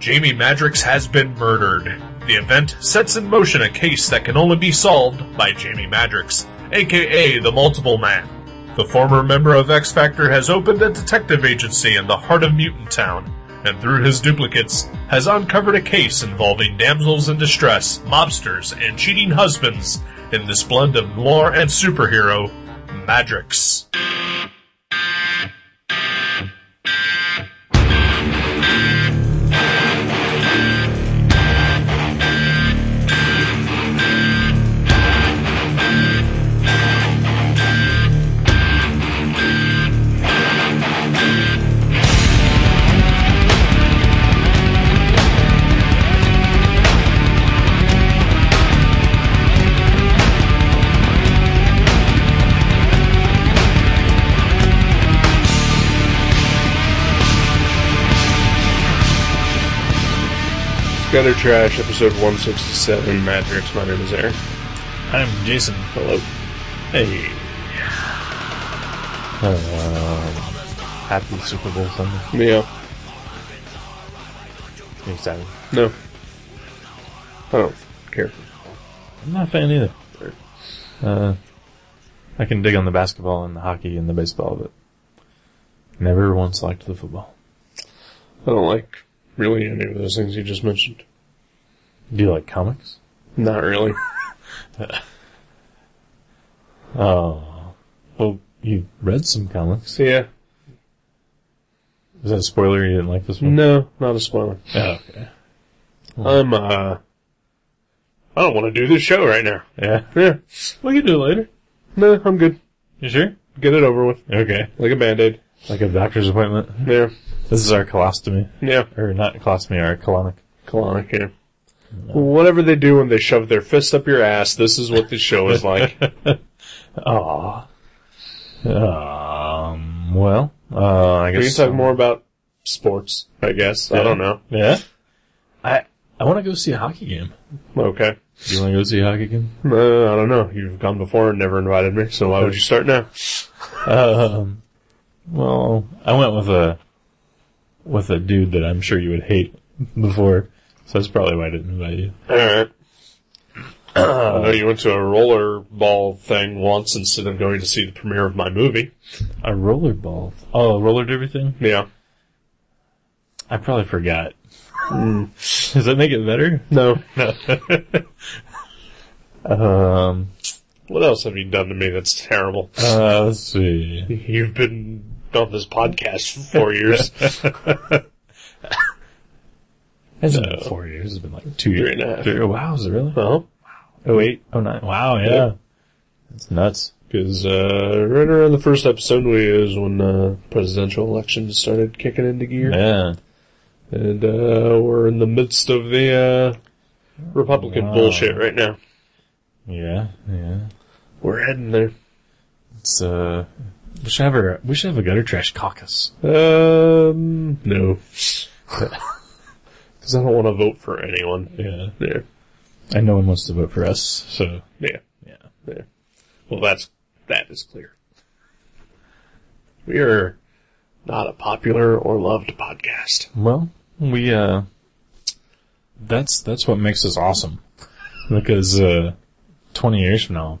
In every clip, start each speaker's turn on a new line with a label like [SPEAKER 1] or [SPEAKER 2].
[SPEAKER 1] Jamie Madrix has been murdered. The event sets in motion a case that can only be solved by Jamie Madrix, aka the Multiple Man. The former member of X Factor has opened a detective agency in the heart of Mutant Town, and through his duplicates, has uncovered a case involving damsels in distress, mobsters, and cheating husbands in this blend of lore and superhero, Madrix.
[SPEAKER 2] Gutter Trash, episode 167, Madrix. My name is Aaron.
[SPEAKER 3] I'm Jason.
[SPEAKER 2] Hello.
[SPEAKER 3] Hey.
[SPEAKER 2] Uh,
[SPEAKER 4] Happy Super Bowl Sunday.
[SPEAKER 2] Yeah.
[SPEAKER 4] Are you excited?
[SPEAKER 2] No. I don't care.
[SPEAKER 4] I'm not a fan either. Uh, I can dig on the basketball and the hockey and the baseball, but never once liked the football.
[SPEAKER 2] I don't like really any of those things you just mentioned.
[SPEAKER 4] Do you like comics?
[SPEAKER 2] Not really.
[SPEAKER 4] Oh. Well, you read some comics.
[SPEAKER 2] So yeah.
[SPEAKER 4] Is that a spoiler you didn't like this one?
[SPEAKER 2] No, not a spoiler.
[SPEAKER 4] Oh, okay.
[SPEAKER 2] I'm, uh, I don't want to do this show right now.
[SPEAKER 4] Yeah.
[SPEAKER 2] Yeah.
[SPEAKER 4] We can do it later.
[SPEAKER 2] No, I'm good.
[SPEAKER 4] You sure?
[SPEAKER 2] Get it over with.
[SPEAKER 4] Okay.
[SPEAKER 2] Like a band-aid.
[SPEAKER 4] Like a doctor's appointment.
[SPEAKER 2] Yeah.
[SPEAKER 4] This is our colostomy.
[SPEAKER 2] Yeah.
[SPEAKER 4] Or not colostomy, our colonic.
[SPEAKER 2] Colonic, yeah. Whatever they do when they shove their fist up your ass, this is what the show is like.
[SPEAKER 4] Aww. Um, well, uh, I guess.
[SPEAKER 2] we can talk more about sports, I guess. I
[SPEAKER 4] Yeah.
[SPEAKER 2] don't know.
[SPEAKER 4] Yeah? I, I want to go see a hockey game.
[SPEAKER 2] Okay.
[SPEAKER 4] Do you want to go see a hockey game?
[SPEAKER 2] Uh, I don't know. You've gone before and never invited me, so why would you start now?
[SPEAKER 4] Um, well, I went with a, with a dude that I'm sure you would hate before, so that's probably why I didn't invite you.
[SPEAKER 2] Alright. I know you went to a rollerball thing once instead of going to see the premiere of my movie.
[SPEAKER 4] A rollerball. Oh, a roller derby thing?
[SPEAKER 2] Yeah.
[SPEAKER 4] I probably forgot. Hmm. Does that make it better?
[SPEAKER 2] No.
[SPEAKER 4] Um,
[SPEAKER 2] What else have you done to me that's terrible?
[SPEAKER 4] uh, let's see.
[SPEAKER 2] You've been on this podcast for four years.
[SPEAKER 4] hasn't been four years. It's been like two
[SPEAKER 2] Three
[SPEAKER 4] years.
[SPEAKER 2] and a half.
[SPEAKER 4] Three- wow, is it really?
[SPEAKER 2] Well,
[SPEAKER 4] Oh eight, oh nine. Wow, yeah.
[SPEAKER 2] Yeah.
[SPEAKER 4] That's nuts.
[SPEAKER 2] because uh, right around the first episode was when uh, presidential elections started kicking into gear.
[SPEAKER 4] Yeah.
[SPEAKER 2] And uh, we're in the midst of the uh, Republican
[SPEAKER 4] Wow.
[SPEAKER 2] bullshit right now.
[SPEAKER 4] Yeah, yeah.
[SPEAKER 2] We're heading there.
[SPEAKER 4] It's uh we should have a we should have a gutter trash caucus.
[SPEAKER 2] Um, no. Because I don't want to vote for anyone.
[SPEAKER 4] Yeah.
[SPEAKER 2] Yeah.
[SPEAKER 4] And no one wants to vote for us, so
[SPEAKER 2] Yeah.
[SPEAKER 4] yeah.
[SPEAKER 2] Yeah. Well, that's, that is clear. We are not a popular or loved podcast.
[SPEAKER 4] Well, we uh that's that's what makes us awesome. Because uh twenty years from now,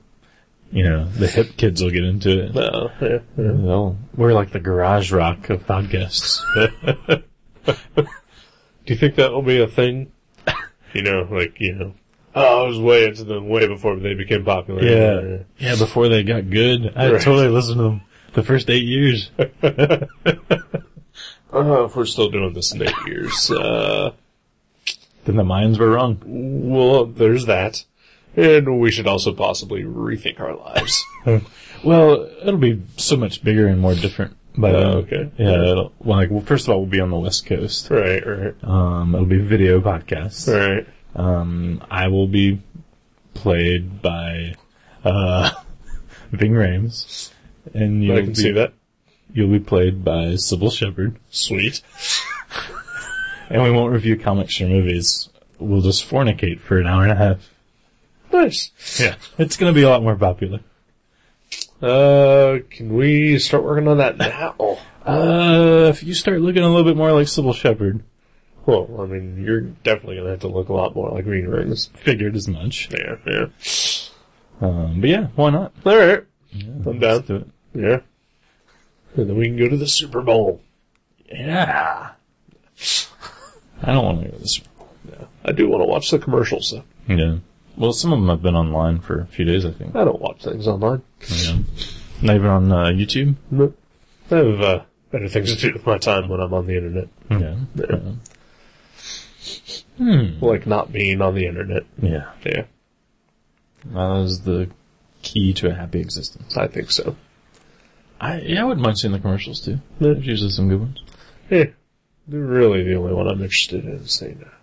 [SPEAKER 4] you know, the hip kids will get into it.
[SPEAKER 2] No, yeah, yeah.
[SPEAKER 4] They'll, we're like the garage rock of podcasts.
[SPEAKER 2] Do you think that will be a thing? you know, like, you know. Oh, I was way into them way before they became popular.
[SPEAKER 4] Yeah. Yeah, before they got good. I
[SPEAKER 2] Right.
[SPEAKER 4] totally listened to them the first eight years.
[SPEAKER 2] Uh, if we're still doing this in eight years, uh,
[SPEAKER 4] Then the minds were wrong.
[SPEAKER 2] well, there's that. And we should also possibly rethink our lives.
[SPEAKER 4] Well, it'll be so much bigger and more different. But,
[SPEAKER 2] Oh, okay.
[SPEAKER 4] Yeah, it'll, well, like, well, first of all, we'll be on the West Coast.
[SPEAKER 2] right, right,
[SPEAKER 4] Um, it'll be video podcasts.
[SPEAKER 2] right.
[SPEAKER 4] Um, I will be played by, uh, Ving Rames. And you'll
[SPEAKER 2] I can
[SPEAKER 4] be,
[SPEAKER 2] see that.
[SPEAKER 4] You'll be played by Sybil Shepherd.
[SPEAKER 2] Sweet.
[SPEAKER 4] And we won't review comics or movies. We'll just fornicate for an hour and a half.
[SPEAKER 2] Nice.
[SPEAKER 4] Yeah. It's gonna be a lot more popular.
[SPEAKER 2] Uh, can we start working on that now?
[SPEAKER 4] Uh, if you start looking a little bit more like Sybil Shepherd,
[SPEAKER 2] Well, I mean, you're definitely gonna have to look a lot more like Green Rings.
[SPEAKER 4] Figured as much.
[SPEAKER 2] Yeah, yeah.
[SPEAKER 4] Um, but yeah, why not?
[SPEAKER 2] All right, I'm
[SPEAKER 4] Let's
[SPEAKER 2] down.
[SPEAKER 4] do it.
[SPEAKER 2] Yeah, and then we can go to the Super Bowl.
[SPEAKER 4] Yeah. I don't want to go to this.
[SPEAKER 2] I do want to watch the commercials though.
[SPEAKER 4] Yeah. Well, some of them have been online for a few days, I think.
[SPEAKER 2] I don't watch things online.
[SPEAKER 4] Yeah. Not even on uh, YouTube.
[SPEAKER 2] No. I have uh, better things to do with my time when I'm on the internet,
[SPEAKER 4] Yeah.
[SPEAKER 2] like not being on the internet.
[SPEAKER 4] Yeah.
[SPEAKER 2] Yeah,
[SPEAKER 4] That is the key to a happy existence.
[SPEAKER 2] I think so.
[SPEAKER 4] I yeah, I wouldn't mind seeing the commercials too.
[SPEAKER 2] Yeah.
[SPEAKER 4] There's usually some good ones.
[SPEAKER 2] Yeah, Eh, they're really the only one I'm interested in is saying. Uh,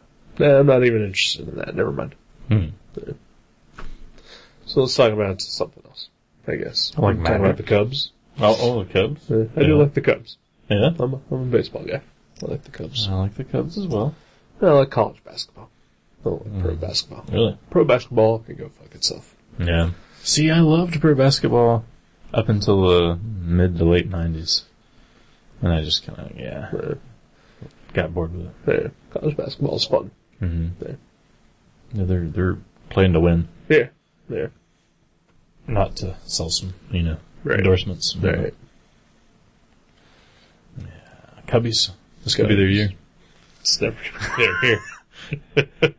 [SPEAKER 2] nah, I'm not even interested in that. Never mind.
[SPEAKER 4] Hmm.
[SPEAKER 2] Yeah. So let's talk about something else. I guess.
[SPEAKER 4] I like
[SPEAKER 2] We're talking about
[SPEAKER 4] Maverick.
[SPEAKER 2] the Cubs.
[SPEAKER 4] Oh, oh, the Cubs.
[SPEAKER 2] Uh, I do
[SPEAKER 4] Yeah.
[SPEAKER 2] like the Cubs.
[SPEAKER 4] Yeah.
[SPEAKER 2] I'm a, I'm a baseball guy. I like the Cubs.
[SPEAKER 4] I like the Cubs as well.
[SPEAKER 2] I like college basketball. I don't like pro
[SPEAKER 4] Hmm.
[SPEAKER 2] basketball.
[SPEAKER 4] Really?
[SPEAKER 2] Pro basketball can go fuck itself.
[SPEAKER 4] Yeah. See, I loved pro basketball up until the mid to late '90s, and I just kind of yeah
[SPEAKER 2] Uh,
[SPEAKER 4] got bored with it.
[SPEAKER 2] yeah, eh, college basketball is fun.
[SPEAKER 4] Mm-hmm.
[SPEAKER 2] Yeah.
[SPEAKER 4] Yeah, they're they're playing to win,
[SPEAKER 2] Yeah, yeah,
[SPEAKER 4] not to sell some you know
[SPEAKER 2] Right.
[SPEAKER 4] endorsements. you know.
[SPEAKER 2] right.
[SPEAKER 4] Cubbies. This could be their year.
[SPEAKER 2] It's never gonna be there here.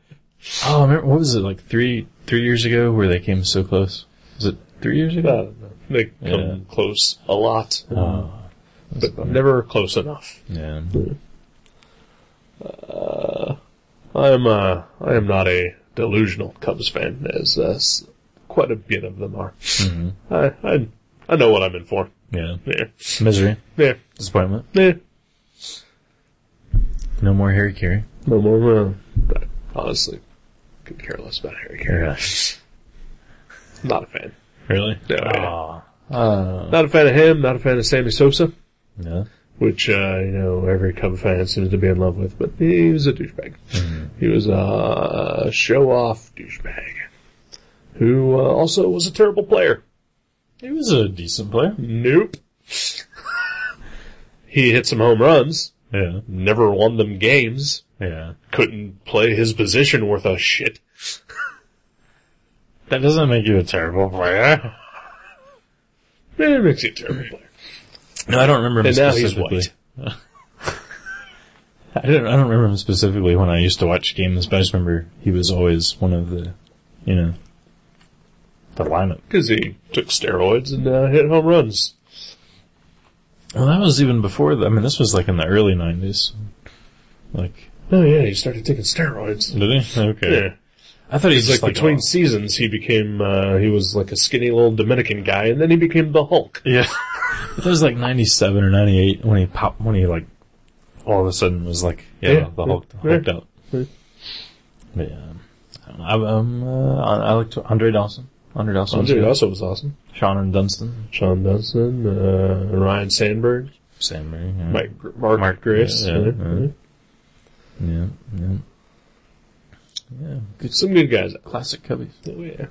[SPEAKER 4] Oh, I remember, what was it like three three years ago where they came so close? Was it three years
[SPEAKER 2] I
[SPEAKER 4] ago?
[SPEAKER 2] don't know. They come
[SPEAKER 4] Yeah.
[SPEAKER 2] close a lot,
[SPEAKER 4] Oh, that's
[SPEAKER 2] but
[SPEAKER 4] a bummer.
[SPEAKER 2] never close enough.
[SPEAKER 4] yeah.
[SPEAKER 2] I'm uh, I am not a delusional Cubs fan, as uh, s- quite a bit of them are.
[SPEAKER 4] Mm-hmm.
[SPEAKER 2] I, I I know what I'm in for.
[SPEAKER 4] Yeah.
[SPEAKER 2] Yeah,
[SPEAKER 4] Misery.
[SPEAKER 2] yeah,
[SPEAKER 4] Disappointment.
[SPEAKER 2] yeah.
[SPEAKER 4] No more Harry Carey.
[SPEAKER 2] No more. Uh, but honestly, could care less about Harry Carey. Not a fan.
[SPEAKER 4] Really?
[SPEAKER 2] No, yeah.
[SPEAKER 4] Aw.
[SPEAKER 2] Not a fan of him. Not a fan of Sammy Sosa,
[SPEAKER 4] Yeah.
[SPEAKER 2] which uh, you know every Cub fan seems to be in love with. But he was a douchebag. He was a show-off douchebag who uh, also was a terrible player.
[SPEAKER 4] He was a decent player.
[SPEAKER 2] Nope. he hit some home runs.
[SPEAKER 4] Yeah.
[SPEAKER 2] Never won them games.
[SPEAKER 4] Yeah.
[SPEAKER 2] Couldn't play his position worth a shit.
[SPEAKER 4] That doesn't make you a terrible player.
[SPEAKER 2] Eh, It makes you a terrible player.
[SPEAKER 4] No, I don't remember him
[SPEAKER 2] And now he's
[SPEAKER 4] specifically. I don't. I don't remember him specifically when I used to watch games, but I just remember he was always one of the, you know, the lineup.
[SPEAKER 2] Because he took steroids and uh, hit home runs.
[SPEAKER 4] Well, that was even before. The, I mean, this was like in the early '90s. Like,
[SPEAKER 2] Oh yeah, he started taking steroids.
[SPEAKER 4] did he? Okay.
[SPEAKER 2] Yeah.
[SPEAKER 4] I thought he was
[SPEAKER 2] It's like,
[SPEAKER 4] just like,
[SPEAKER 2] between
[SPEAKER 4] oh,
[SPEAKER 2] seasons, he became, uh, he was like a skinny little Dominican guy, and then he became the Hulk.
[SPEAKER 4] yeah. I thought it was like '97 or '98 when he popped. When he like, all of a sudden was like, yeah,
[SPEAKER 2] Yeah.
[SPEAKER 4] the Hulk,
[SPEAKER 2] Yeah.
[SPEAKER 4] hulked out.
[SPEAKER 2] Yeah.
[SPEAKER 4] But, yeah. I don't know. I, um, uh, I I like to, Andre Dawson. Andre Dawson. was
[SPEAKER 2] Andre
[SPEAKER 4] good.
[SPEAKER 2] also was awesome.
[SPEAKER 4] Sean and Dunstan.
[SPEAKER 2] Sean Benson, uh, Ryan Sandberg,
[SPEAKER 4] Sam Murray. Yeah.
[SPEAKER 2] Mike, Mark,
[SPEAKER 4] Mark,
[SPEAKER 2] Grace.
[SPEAKER 4] yeah, yeah, yeah. Yeah, yeah. Yeah, good
[SPEAKER 2] Some good guys. out
[SPEAKER 4] classic Cubbies.
[SPEAKER 2] there. Oh, yeah.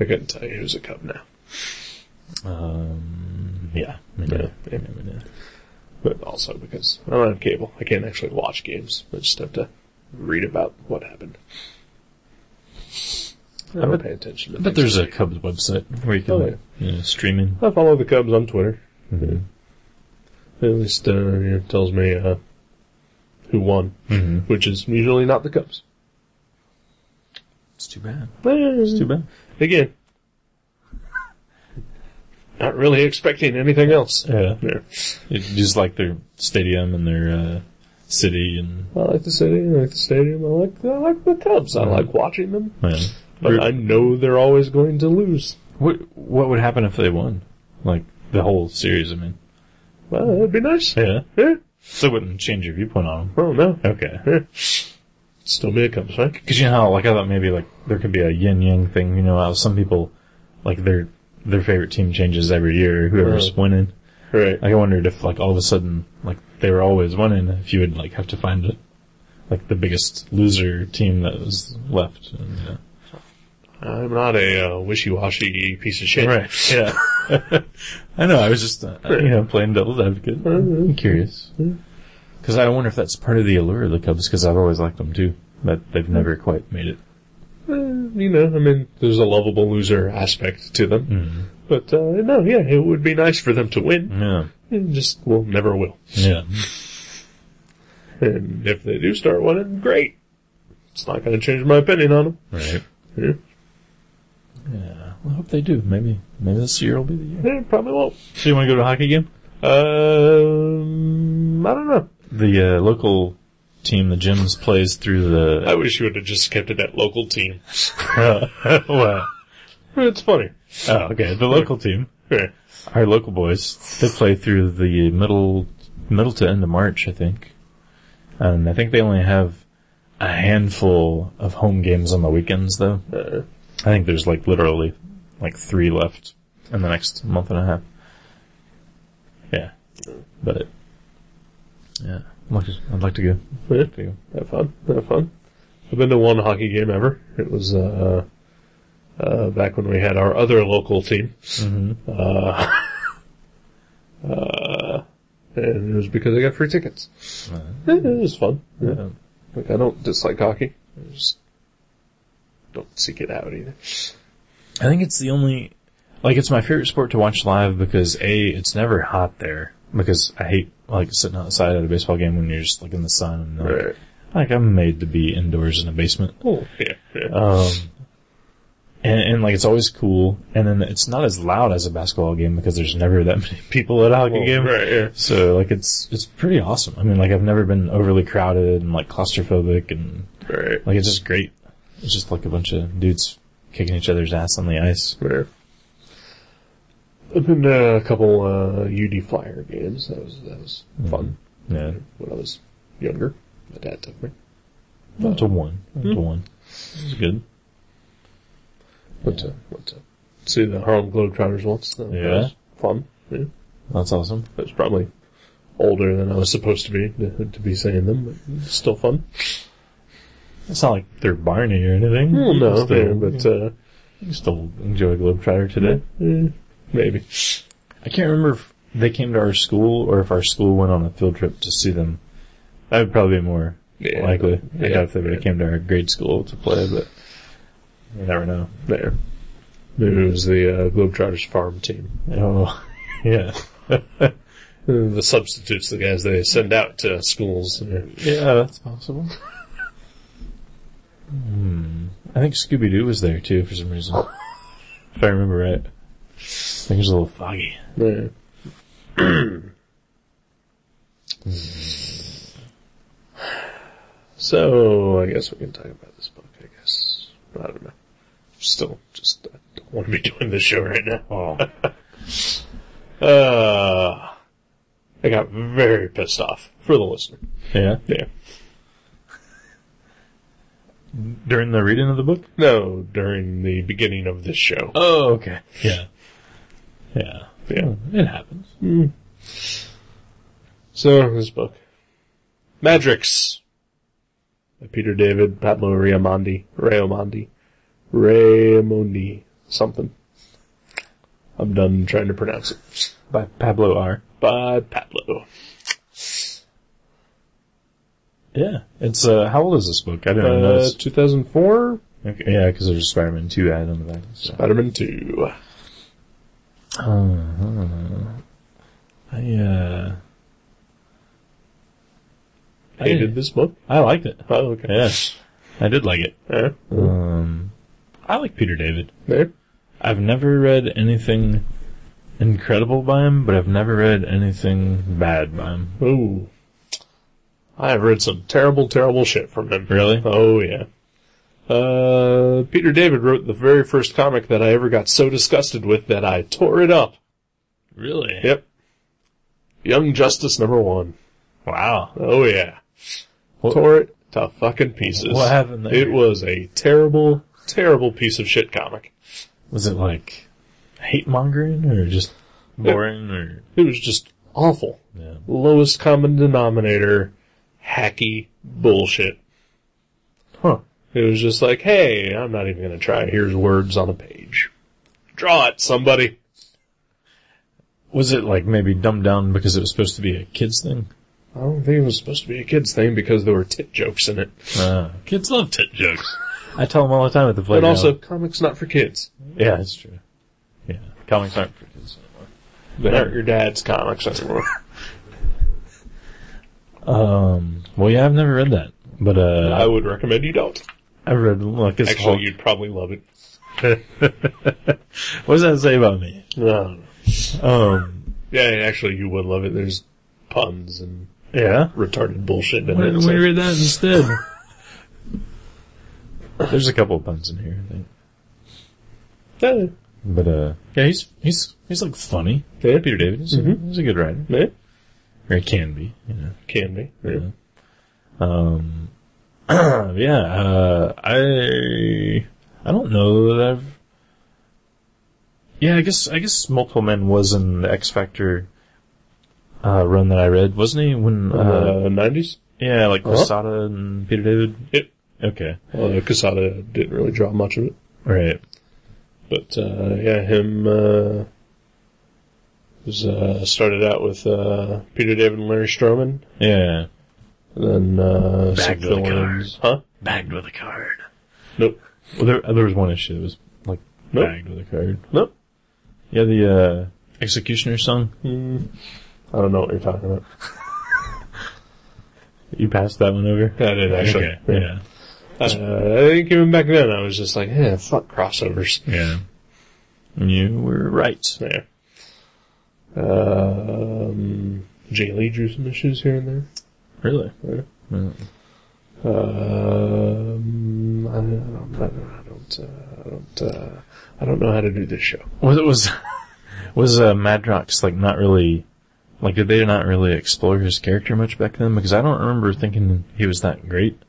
[SPEAKER 2] I couldn't tell you who's a Cub now.
[SPEAKER 4] Um, yeah.
[SPEAKER 2] Yeah, yeah. But also because I don't have cable. I can't actually watch games. I just have to read about what happened. I don't
[SPEAKER 4] bet-
[SPEAKER 2] pay attention to
[SPEAKER 4] But
[SPEAKER 2] things.
[SPEAKER 4] there's a Cubs website where you can
[SPEAKER 2] Oh, yeah.
[SPEAKER 4] you know, stream in.
[SPEAKER 2] I follow the Cubs on Twitter.
[SPEAKER 4] Mm-hmm.
[SPEAKER 2] At least uh, it tells me uh, who won,
[SPEAKER 4] Mm-hmm.
[SPEAKER 2] which is usually not the Cubs.
[SPEAKER 4] It's too bad.
[SPEAKER 2] Eh,
[SPEAKER 4] It's too bad.
[SPEAKER 2] Again, not really expecting anything else.
[SPEAKER 4] Yeah.
[SPEAKER 2] Yeah.
[SPEAKER 4] You just like their stadium and their uh, city and
[SPEAKER 2] I like the city. I like the stadium. I like I like the Cubs. I like watching them,
[SPEAKER 4] yeah.
[SPEAKER 2] but I know they're always going to lose.
[SPEAKER 4] What what would happen if they won? Like the whole series, I mean.
[SPEAKER 2] Well, that'd be nice.
[SPEAKER 4] Yeah.
[SPEAKER 2] Yeah.
[SPEAKER 4] So it wouldn't change your viewpoint on
[SPEAKER 2] Oh no,
[SPEAKER 4] them. Okay.
[SPEAKER 2] still be a Cubs fan.
[SPEAKER 4] Cause you know how, like, I thought maybe, like, there could be a yin yang thing, you know, how some people, like, their, their favorite team changes every year, whoever's
[SPEAKER 2] Right.
[SPEAKER 4] winning.
[SPEAKER 2] Right.
[SPEAKER 4] Like, I wondered if, like, all of a sudden, like, they were always winning, if you would, like, have to find it, like, the biggest loser team that was left. And, uh,
[SPEAKER 2] I'm not a uh, wishy-washy piece of shit.
[SPEAKER 4] Right. Yeah. I know. I was just, uh, you know, playing devil's advocate. I'm curious. Because I wonder if that's part of the allure of the Cubs. Because I've always liked them too, but they've never quite made it.
[SPEAKER 2] you know, I mean, there's a lovable loser aspect to them.
[SPEAKER 4] Mm-hmm.
[SPEAKER 2] But, uh, no, yeah, it would be nice for them to win.
[SPEAKER 4] Yeah,
[SPEAKER 2] It just, well, never will.
[SPEAKER 4] yeah.
[SPEAKER 2] And if they do start winning, great. It's not going to change my opinion on them.
[SPEAKER 4] Right.
[SPEAKER 2] Yeah.
[SPEAKER 4] Yeah. Well, I hope they do. Maybe maybe this year will be the year.
[SPEAKER 2] They probably won't.
[SPEAKER 4] So you want to go to hockey game?
[SPEAKER 2] Um, I don't know.
[SPEAKER 4] The uh, local team, the gyms, plays through
[SPEAKER 2] I
[SPEAKER 4] the.
[SPEAKER 2] wish you would have just kept it at local team.
[SPEAKER 4] Wow.
[SPEAKER 2] It's funny.
[SPEAKER 4] oh, okay. The local team,
[SPEAKER 2] Yeah.
[SPEAKER 4] our local boys, they play through the middle middle to end of March, I think. And I think they only have a handful of home games on the weekends, though.
[SPEAKER 2] Uh,
[SPEAKER 4] I think there's like literally like three left in the next month and a half. Yeah, but yeah, I'd like to, I'd like to go.
[SPEAKER 2] yeah. Have fun. Have fun. I've been to one hockey game ever. It was, uh, uh, back when we had our other local team. Uh,
[SPEAKER 4] Mm-hmm.
[SPEAKER 2] And it was because I got free tickets. Yeah, it was fun. Yeah. Like, I don't dislike hockey. I just don't seek it out either.
[SPEAKER 4] I think it's the only, like, it's my favorite sport to watch live because a, it's never hot there because I hate like sitting outside at a baseball game when you're just like in the sun and like,
[SPEAKER 2] Right.
[SPEAKER 4] like I'm made to be indoors in a basement.
[SPEAKER 2] Oh, yeah, yeah.
[SPEAKER 4] Um, and, and like it's always cool, and then it's not as loud as a basketball game because there's never that many people at a hockey
[SPEAKER 2] Well,
[SPEAKER 4] game.
[SPEAKER 2] Right, yeah.
[SPEAKER 4] So like it's it's pretty awesome. I mean, like I've never been overly crowded and like claustrophobic, and
[SPEAKER 2] Right.
[SPEAKER 4] like it's just great. It's just like a bunch of dudes kicking each other's ass on the ice.
[SPEAKER 2] Yeah. I've been to a couple uh, UD Flyer games. That was that was fun
[SPEAKER 4] Yeah,
[SPEAKER 2] when I was younger. My dad took me.
[SPEAKER 4] not to one, not to one. It's good.
[SPEAKER 2] Went to went to see the Harlem Globetrotters once. That
[SPEAKER 4] Yeah.
[SPEAKER 2] was fun. Yeah.
[SPEAKER 4] That's awesome.
[SPEAKER 2] I was probably older than I was supposed to be to, to be saying them, but it's still fun.
[SPEAKER 4] It's not like they're Barney or anything.
[SPEAKER 2] Well, no,
[SPEAKER 4] Still-
[SPEAKER 2] yeah, but uh,
[SPEAKER 4] you still enjoy Globetrotter today.
[SPEAKER 2] eh, maybe.
[SPEAKER 4] I can't remember if they came to our school or if our school went on a field trip to see them. That would probably be more
[SPEAKER 2] Yeah.
[SPEAKER 4] likely.
[SPEAKER 2] Yeah.
[SPEAKER 4] I doubt if they would have came to our grade school to play, but you never know.
[SPEAKER 2] There. Maybe it was the uh, Globetrotters farm team.
[SPEAKER 4] Oh, yeah,
[SPEAKER 2] Uh, The substitutes, the guys they send out to schools. Yeah.
[SPEAKER 4] yeah, that's possible. hmm. I think Scooby Doo was there too for some reason, if I remember right. I think it was a little foggy.
[SPEAKER 2] Yeah. so I guess we can talk about this book. I guess I don't know. Still, just I don't want to be doing this show right now.
[SPEAKER 4] Oh,
[SPEAKER 2] Uh, I got very pissed off for the listener.
[SPEAKER 4] yeah.
[SPEAKER 2] Yeah.
[SPEAKER 4] During the reading of the book.
[SPEAKER 2] No, during the beginning of this show.
[SPEAKER 4] Oh, okay. Yeah, yeah,
[SPEAKER 2] Yeah. Mm.
[SPEAKER 4] It happens.
[SPEAKER 2] So this book, Madrix, by Peter David Pablo Raimondi, Raimondi, Raimondi, something. I'm done trying to pronounce it.
[SPEAKER 4] By Pablo R.
[SPEAKER 2] By Pablo.
[SPEAKER 4] Yeah, it's uh, how old is this book? I didn't even
[SPEAKER 2] Uh,
[SPEAKER 4] notice.
[SPEAKER 2] 2004,
[SPEAKER 4] Okay, yeah, because there's a Spider-Man two added on the back. So.
[SPEAKER 2] Spider-Man 2.
[SPEAKER 4] I uh,
[SPEAKER 2] Hated this book.
[SPEAKER 4] I liked it.
[SPEAKER 2] Oh, okay.
[SPEAKER 4] Yeah, I did like it.
[SPEAKER 2] Yeah.
[SPEAKER 4] Um, I like Peter David.
[SPEAKER 2] There.
[SPEAKER 4] I've never read anything incredible by him, but I've never read anything bad by him.
[SPEAKER 2] Ooh. I have read some terrible, terrible shit from him.
[SPEAKER 4] Really?
[SPEAKER 2] Oh yeah. Uh, Peter David wrote the very first comic that I ever got so disgusted with that I tore it up.
[SPEAKER 4] Really?
[SPEAKER 2] Yep. Young Justice number one.
[SPEAKER 4] Wow.
[SPEAKER 2] Oh yeah.
[SPEAKER 4] What-
[SPEAKER 2] Tore it to fucking pieces.
[SPEAKER 4] What happened there?
[SPEAKER 2] It was a terrible, terrible piece of shit comic.
[SPEAKER 4] Was it like hate mongering or just boring or
[SPEAKER 2] It was just awful.
[SPEAKER 4] yeah?
[SPEAKER 2] Lowest common denominator, hacky bullshit.
[SPEAKER 4] Huh.
[SPEAKER 2] It was just like, hey, I'm not even gonna try. Here's words on a page. Draw it, somebody.
[SPEAKER 4] Was it like maybe dumbed down because it was supposed to be a kids thing?
[SPEAKER 2] I don't think it was supposed to be a kids thing because there were tit jokes in it.
[SPEAKER 4] Uh,
[SPEAKER 3] Kids love tit jokes.
[SPEAKER 4] I tell them all the time at the
[SPEAKER 2] But
[SPEAKER 4] playground.
[SPEAKER 2] also, comics not for kids.
[SPEAKER 4] yeah, it's true. Yeah, comics aren't for kids anymore.
[SPEAKER 2] They aren't your dad's comics anymore.
[SPEAKER 4] Um, well, yeah, I've never read that, but
[SPEAKER 2] I
[SPEAKER 4] uh,
[SPEAKER 2] would recommend you don't.
[SPEAKER 4] I, have read like it's
[SPEAKER 2] Actually,
[SPEAKER 4] Hulk.
[SPEAKER 2] you'd probably love it.
[SPEAKER 4] What does that say about me?
[SPEAKER 2] No.
[SPEAKER 4] Um,
[SPEAKER 2] Yeah, actually, you would love it. There's puns and
[SPEAKER 4] yeah.
[SPEAKER 2] retarded bullshit in
[SPEAKER 4] Why
[SPEAKER 2] it.
[SPEAKER 4] didn't
[SPEAKER 2] so-
[SPEAKER 4] we read that instead? There's a couple of puns in here, I think.
[SPEAKER 2] Yeah,
[SPEAKER 4] But uh, yeah, he's he's he's like funny.
[SPEAKER 2] Yeah.
[SPEAKER 4] Peter David, he's, a, he's a good writer,
[SPEAKER 2] yeah,
[SPEAKER 4] or he can be, you know.
[SPEAKER 2] can be. Yeah.
[SPEAKER 4] Um, yeah, uh, I I don't know that I've. Yeah, I guess I guess multiple men was in the X Factor uh, run that I read, wasn't he? When uh,
[SPEAKER 2] Uh, 90s?
[SPEAKER 4] yeah, like
[SPEAKER 2] Uh-huh.
[SPEAKER 4] Posada and Peter David.
[SPEAKER 2] Yep.
[SPEAKER 4] Okay,
[SPEAKER 2] Although Casada didn't really draw much of it.
[SPEAKER 4] right.
[SPEAKER 2] But uh, yeah, him uh, was uh, started out with uh, Peter David and Larry Stroman,
[SPEAKER 4] Yeah,
[SPEAKER 2] and then uh, some
[SPEAKER 4] Back to the
[SPEAKER 2] fill-ins. Huh?
[SPEAKER 4] bagged with a card.
[SPEAKER 2] Nope.
[SPEAKER 4] Well, there there was one issue that was like
[SPEAKER 2] Nope.
[SPEAKER 4] bagged with a card.
[SPEAKER 2] Nope.
[SPEAKER 4] Yeah, the uh, Executioner song.
[SPEAKER 2] I don't know what you're talking about.
[SPEAKER 4] You passed that one over.
[SPEAKER 2] I did actually.
[SPEAKER 4] Okay. Yeah.
[SPEAKER 2] Uh, I think even back then I was just like, eh, fuck crossovers.
[SPEAKER 4] Yeah. You were right.
[SPEAKER 2] Yeah. Um, Jay Lee drew some issues here and there.
[SPEAKER 4] Really?
[SPEAKER 2] Um, I don't, I don't, I don't, uh, I don't, uh, I don't know how to do this show.
[SPEAKER 4] Was was was uh, Madrox like not really like did they not really explore his character much back then? Because I don't remember thinking he was that great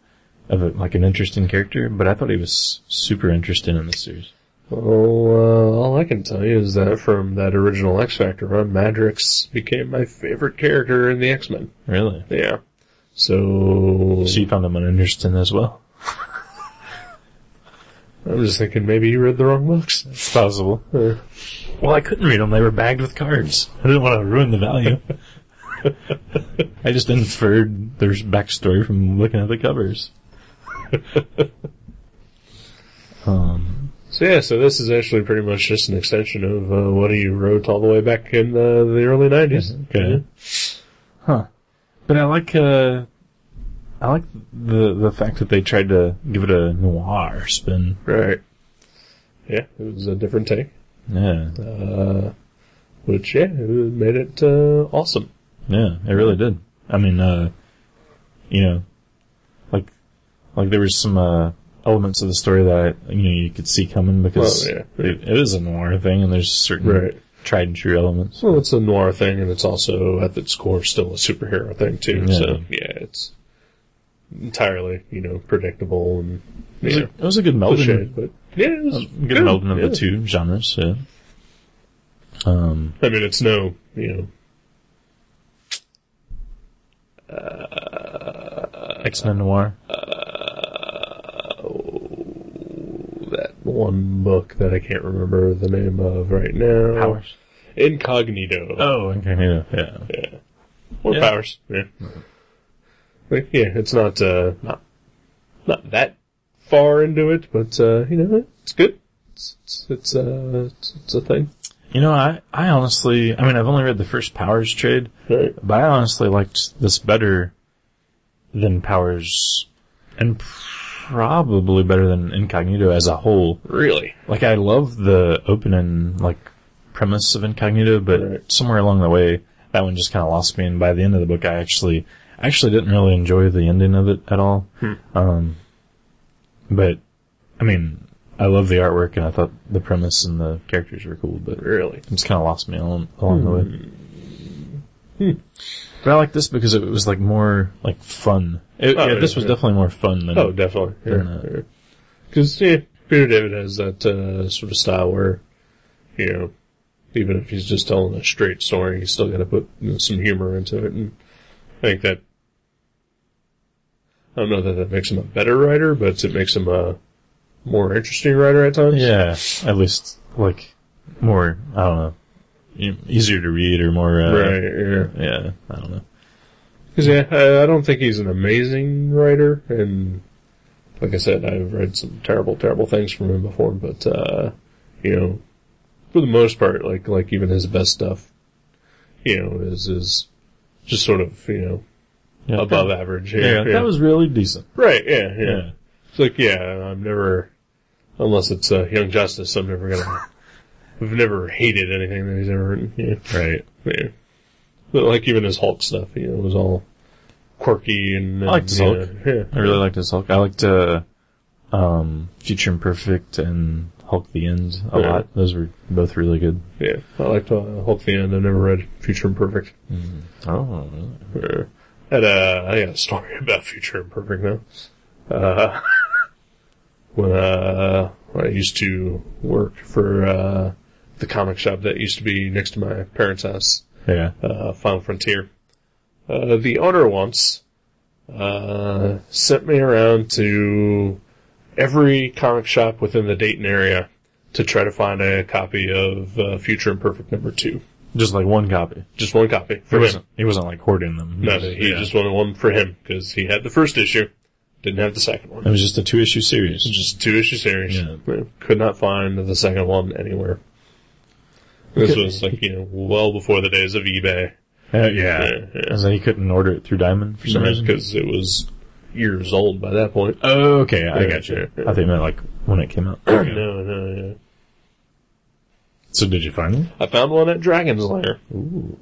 [SPEAKER 4] of a, like an interesting character, but I thought he was super interesting in this series.
[SPEAKER 2] Well, uh, all I can tell you is that from that original X Factor run, Madrox became my favorite character in the X Men.
[SPEAKER 4] Really?
[SPEAKER 2] Yeah. So,
[SPEAKER 4] So you found him uninteresting as well?
[SPEAKER 2] I'm just thinking maybe you read the wrong books.
[SPEAKER 4] It's possible.
[SPEAKER 2] Uh,
[SPEAKER 4] Well, I couldn't read them; they were bagged with cards. I didn't want to ruin the value. I just inferred their backstory from looking at the covers. um,
[SPEAKER 2] So yeah, so this is actually pretty much just an extension of uh, what he wrote all the way back in the, the early nineties.
[SPEAKER 4] Okay. Huh. But I like uh I like the the fact that they tried to give it a noir spin.
[SPEAKER 2] right. Yeah, it was a different take,
[SPEAKER 4] Yeah.
[SPEAKER 2] uh, which yeah, it made it uh, awesome.
[SPEAKER 4] Yeah, it really did. I mean, uh you know like like there was some uh elements of the story that you know you could see coming because
[SPEAKER 2] Well, yeah.
[SPEAKER 4] it, it is a noir thing and there's certain
[SPEAKER 2] Right.
[SPEAKER 4] tried and true elements.
[SPEAKER 2] Well, it's a noir thing, and it's also at its core still a superhero thing too.
[SPEAKER 4] Yeah.
[SPEAKER 2] So yeah, it's entirely you know predictable and
[SPEAKER 4] It was,
[SPEAKER 2] you
[SPEAKER 4] a, um,
[SPEAKER 2] know,
[SPEAKER 4] it was a good
[SPEAKER 2] cliche,
[SPEAKER 4] melding.
[SPEAKER 2] but yeah, it was
[SPEAKER 4] Good, melding of
[SPEAKER 2] yeah.
[SPEAKER 4] the two genres, yeah. Um
[SPEAKER 2] I mean, it's no, you know,
[SPEAKER 4] X Men Noir.
[SPEAKER 2] that one book that I can't remember the name of right now.
[SPEAKER 4] Powers.
[SPEAKER 2] Incognito.
[SPEAKER 4] Oh, okay, yeah, yeah.
[SPEAKER 2] or
[SPEAKER 4] yeah.
[SPEAKER 2] Powers. Yeah. Like, yeah, it's not, uh, not, not that far into it, but, uh, you know, it's good. It's, it's, it's, uh, it's, it's a thing.
[SPEAKER 4] You know, I, I honestly, I mean, I've only read the first Powers trade,
[SPEAKER 2] Right.
[SPEAKER 4] but I honestly liked this better than Powers, and probably better than Incognito as a whole.
[SPEAKER 2] Really?
[SPEAKER 4] Like, I love the opening, like, premise of Incognito, but
[SPEAKER 2] Right.
[SPEAKER 4] somewhere along the way, that one just kind of lost me, and by the end of the book, I actually, I actually didn't really enjoy the ending of it at all.
[SPEAKER 2] Hmm.
[SPEAKER 4] Um, but, I mean, I love the artwork, and I thought the premise and the characters were cool, but
[SPEAKER 2] Really?
[SPEAKER 4] it's kind of lost me along, along the way.
[SPEAKER 2] Hmm.
[SPEAKER 4] But I like this because it was like more like fun. It-
[SPEAKER 2] Oh,
[SPEAKER 4] yeah, this was
[SPEAKER 2] yeah.
[SPEAKER 4] definitely more fun than
[SPEAKER 2] Oh, definitely. Yeah.
[SPEAKER 4] Than,
[SPEAKER 2] yeah. Cause, yeah, Peter David has that, uh, sort of style where, you know, even if he's just telling a straight story, he's still gotta put you know, some humor into it, and I think that, I don't know that that makes him a better writer, but it makes him a more interesting writer at times.
[SPEAKER 4] yeah, at least like more. I don't know, e- easier to read or more. Uh,
[SPEAKER 2] Right, yeah.
[SPEAKER 4] Yeah, I don't know.
[SPEAKER 2] Because yeah, I, I don't think he's an amazing writer, and like I said, I've read some terrible, terrible things from him before. But uh, you know, for the most part, like like even his best stuff, you know, is is just sort of you know
[SPEAKER 4] Yeah,
[SPEAKER 2] above
[SPEAKER 4] that,
[SPEAKER 2] average.
[SPEAKER 4] yeah, that was really decent.
[SPEAKER 2] right. Yeah, yeah,
[SPEAKER 4] Yeah.
[SPEAKER 2] It's like yeah, I'm never unless it's uh, Young Justice, I'm never gonna. I've never hated anything that he's ever written. Yeah.
[SPEAKER 4] Right.
[SPEAKER 2] Yeah. But like even his Hulk stuff, you know, it was all quirky and, and
[SPEAKER 4] I liked his
[SPEAKER 2] you
[SPEAKER 4] Hulk.
[SPEAKER 2] know, yeah.
[SPEAKER 4] I really liked his Hulk. I liked uh, um, Future Imperfect and Hulk the End a
[SPEAKER 2] Yeah.
[SPEAKER 4] lot. Those were both really good.
[SPEAKER 2] Yeah. I liked uh, Hulk the End. I never read Future Imperfect.
[SPEAKER 4] Oh, really?
[SPEAKER 2] Yeah. Had a I got a story about Future Imperfect now. Uh, when uh, when I used to work for uh, the comic shop that used to be next to my parents' house.
[SPEAKER 4] yeah.
[SPEAKER 2] uh, Final Frontier. Uh, the owner once uh, sent me around to every comic shop within the Dayton area to try to find a copy of uh, Future Imperfect number two.
[SPEAKER 4] Just like one copy.
[SPEAKER 2] Just one copy
[SPEAKER 4] He
[SPEAKER 2] for him.
[SPEAKER 4] wasn't, he wasn't like hoarding them.
[SPEAKER 2] No, he
[SPEAKER 4] yeah.
[SPEAKER 2] just wanted one for him because he had the first issue, didn't have the second
[SPEAKER 4] It
[SPEAKER 2] one.
[SPEAKER 4] was just a two issue series.
[SPEAKER 2] Just two issue series.
[SPEAKER 4] Yeah.
[SPEAKER 2] Could not find the second one anywhere. This
[SPEAKER 4] Okay.
[SPEAKER 2] was like you know well before the days of eBay.
[SPEAKER 4] Uh, yeah.
[SPEAKER 2] Yeah, yeah.
[SPEAKER 4] So he couldn't order it through Diamond for some reason.
[SPEAKER 2] because it was years old by that point.
[SPEAKER 4] Oh, okay, I
[SPEAKER 2] Yeah,
[SPEAKER 4] got you.
[SPEAKER 2] yeah, yeah.
[SPEAKER 4] I think meant like when it came out.
[SPEAKER 2] No, no, yeah.
[SPEAKER 4] So did you find them?
[SPEAKER 2] I found one at Dragon's Lair.
[SPEAKER 4] Ooh.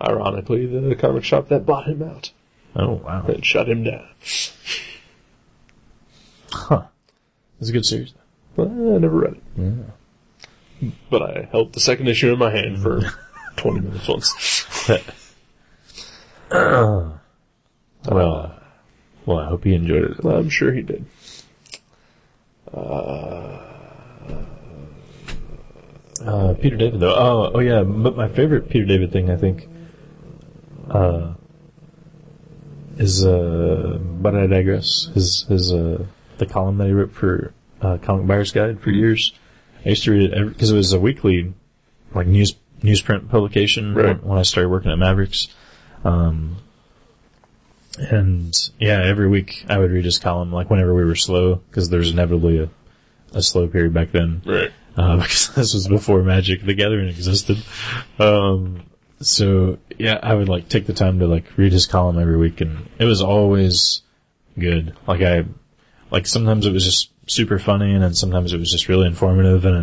[SPEAKER 2] Ironically, the comic shop that bought him out
[SPEAKER 4] Oh wow.
[SPEAKER 2] and shut him down.
[SPEAKER 4] Huh. It's a good series.
[SPEAKER 2] Well, I never read it. But I held the second issue in my hand for 20 minutes once.
[SPEAKER 4] Well, well, I hope you enjoyed it.
[SPEAKER 2] I'm sure he did.
[SPEAKER 4] Uh, Peter David though. Oh, oh yeah. But my favorite Peter David thing, I think, uh, is uh, but I digress. His his uh, the column that he wrote for uh, Comic Buyer's Guide for years. I used to read it because it was a weekly, like news newsprint publication
[SPEAKER 2] Right.
[SPEAKER 4] when, when I started working at Mavericks. Um, and yeah, every week I would read his column, like whenever we were slow, because there was inevitably a, a slow period back then
[SPEAKER 2] Right.
[SPEAKER 4] uh, because this was before Magic the Gathering existed. Um, so yeah, I would like take the time to like read his column every week, and it was always good. Like I, like sometimes it was just super funny, and then sometimes it was just really informative, and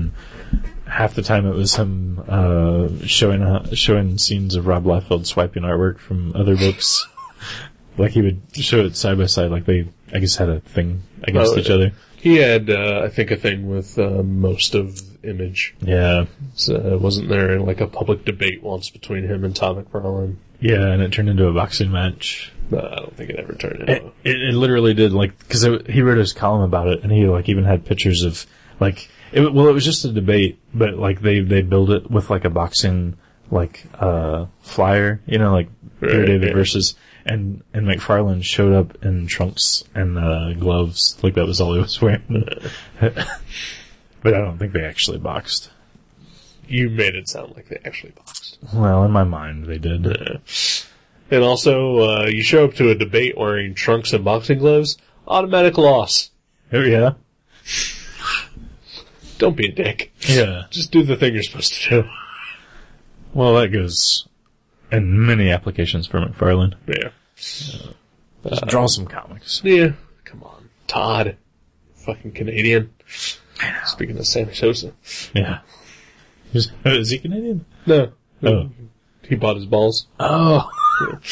[SPEAKER 4] then half the time it was him uh, showing how, showing scenes of Rob Liefeld swiping artwork from other books. like he would show it side by side, like they I guess had a thing against
[SPEAKER 2] Oh,
[SPEAKER 4] each
[SPEAKER 2] yeah.
[SPEAKER 4] other.
[SPEAKER 2] He had, uh, I think, a thing with uh, most of Image.
[SPEAKER 4] Yeah,
[SPEAKER 2] So uh, wasn't there like a public debate once between him and Tom McFarlane?
[SPEAKER 4] yeah, and it turned into a boxing match.
[SPEAKER 2] No, I don't think it ever turned
[SPEAKER 4] it,
[SPEAKER 2] into.
[SPEAKER 4] it, it literally did like because he wrote his column about it and he like even had pictures of like it, w- well it was just a debate but like they they build it with like a boxing like uh flyer you know like Peter
[SPEAKER 2] Right,
[SPEAKER 4] David
[SPEAKER 2] yeah.
[SPEAKER 4] versus and and McFarlane showed up in trunks and uh gloves like that was all he was wearing but I don't think they actually boxed
[SPEAKER 2] You made it sound like they actually boxed.
[SPEAKER 4] well in my mind they did
[SPEAKER 2] And also, uh, you show up to a debate wearing trunks and boxing gloves, automatic loss.
[SPEAKER 4] oh yeah
[SPEAKER 2] Don't be a dick.
[SPEAKER 4] yeah
[SPEAKER 2] Just do the thing you're supposed to do.
[SPEAKER 4] well that goes in many applications for McFarlane
[SPEAKER 2] Yeah.
[SPEAKER 4] Just draw some comics.
[SPEAKER 2] Yeah. Come on. Todd. Fucking Canadian. Speaking of Sammy Sosa.
[SPEAKER 4] Yeah. Is, oh, is he Canadian?
[SPEAKER 2] No.
[SPEAKER 4] Oh.
[SPEAKER 2] He bought his balls.
[SPEAKER 4] Oh.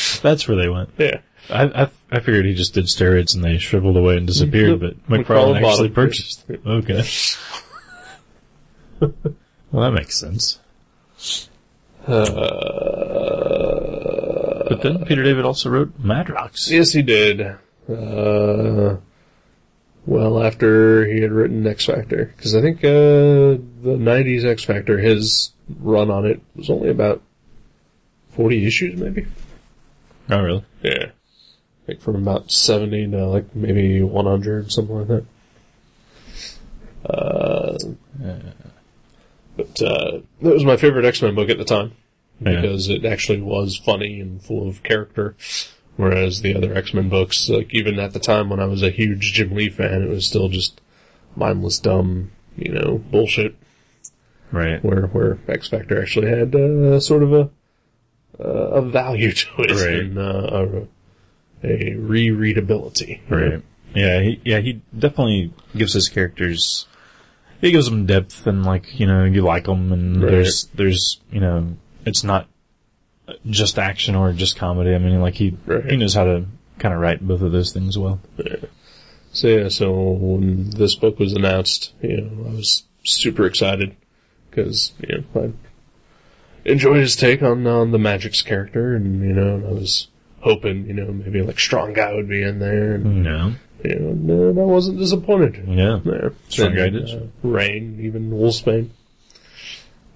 [SPEAKER 4] That's where they went.
[SPEAKER 2] Yeah.
[SPEAKER 4] I, I I figured he just did steroids and they shriveled away and disappeared, but McFarlane
[SPEAKER 2] McFarlane bought
[SPEAKER 4] actually
[SPEAKER 2] them.
[SPEAKER 4] purchased them. Okay. well, that makes sense.
[SPEAKER 2] Uh,
[SPEAKER 4] but then Peter David also wrote Madrox.
[SPEAKER 2] Yes, he did. Uh, well, after he had written X Factor. Because I think, uh, the 90s X Factor, his run on it was only about 40 issues, maybe?
[SPEAKER 4] Oh, really?
[SPEAKER 2] Yeah. Like from about 70 to like maybe 100, something like that. Uh, but uh, that was my favorite X Men book at the time.
[SPEAKER 4] Yeah.
[SPEAKER 2] because it actually was funny and full of character. Whereas the other X-Men books, like even at the time when I was a huge Jim Lee fan, it was still just mindless, dumb, you know, bullshit
[SPEAKER 4] Right.
[SPEAKER 2] where where X Factor actually had uh, sort of a uh, a value to it
[SPEAKER 4] Right.
[SPEAKER 2] and uh, a, a rereadability.
[SPEAKER 4] Right. Yeah, he, yeah, he definitely gives his characters. He gives them depth, and like you know, you like them, and
[SPEAKER 2] Right.
[SPEAKER 4] there's there's you know, it's not just action or just comedy. I mean, like he
[SPEAKER 2] Right.
[SPEAKER 4] he knows how to kind of write both of those things well.
[SPEAKER 2] So yeah, so when this book was announced, you know, I was super excited because you know I enjoyed his take on on the Magic's character, and you know, and I was hoping you know maybe like strong guy would be in there, and
[SPEAKER 4] Yeah,
[SPEAKER 2] you know, and, uh, and I wasn't disappointed.
[SPEAKER 4] yeah,
[SPEAKER 2] there.
[SPEAKER 4] Strong
[SPEAKER 2] And,
[SPEAKER 4] guidance.
[SPEAKER 2] uh, Rain, even Wolfsbane.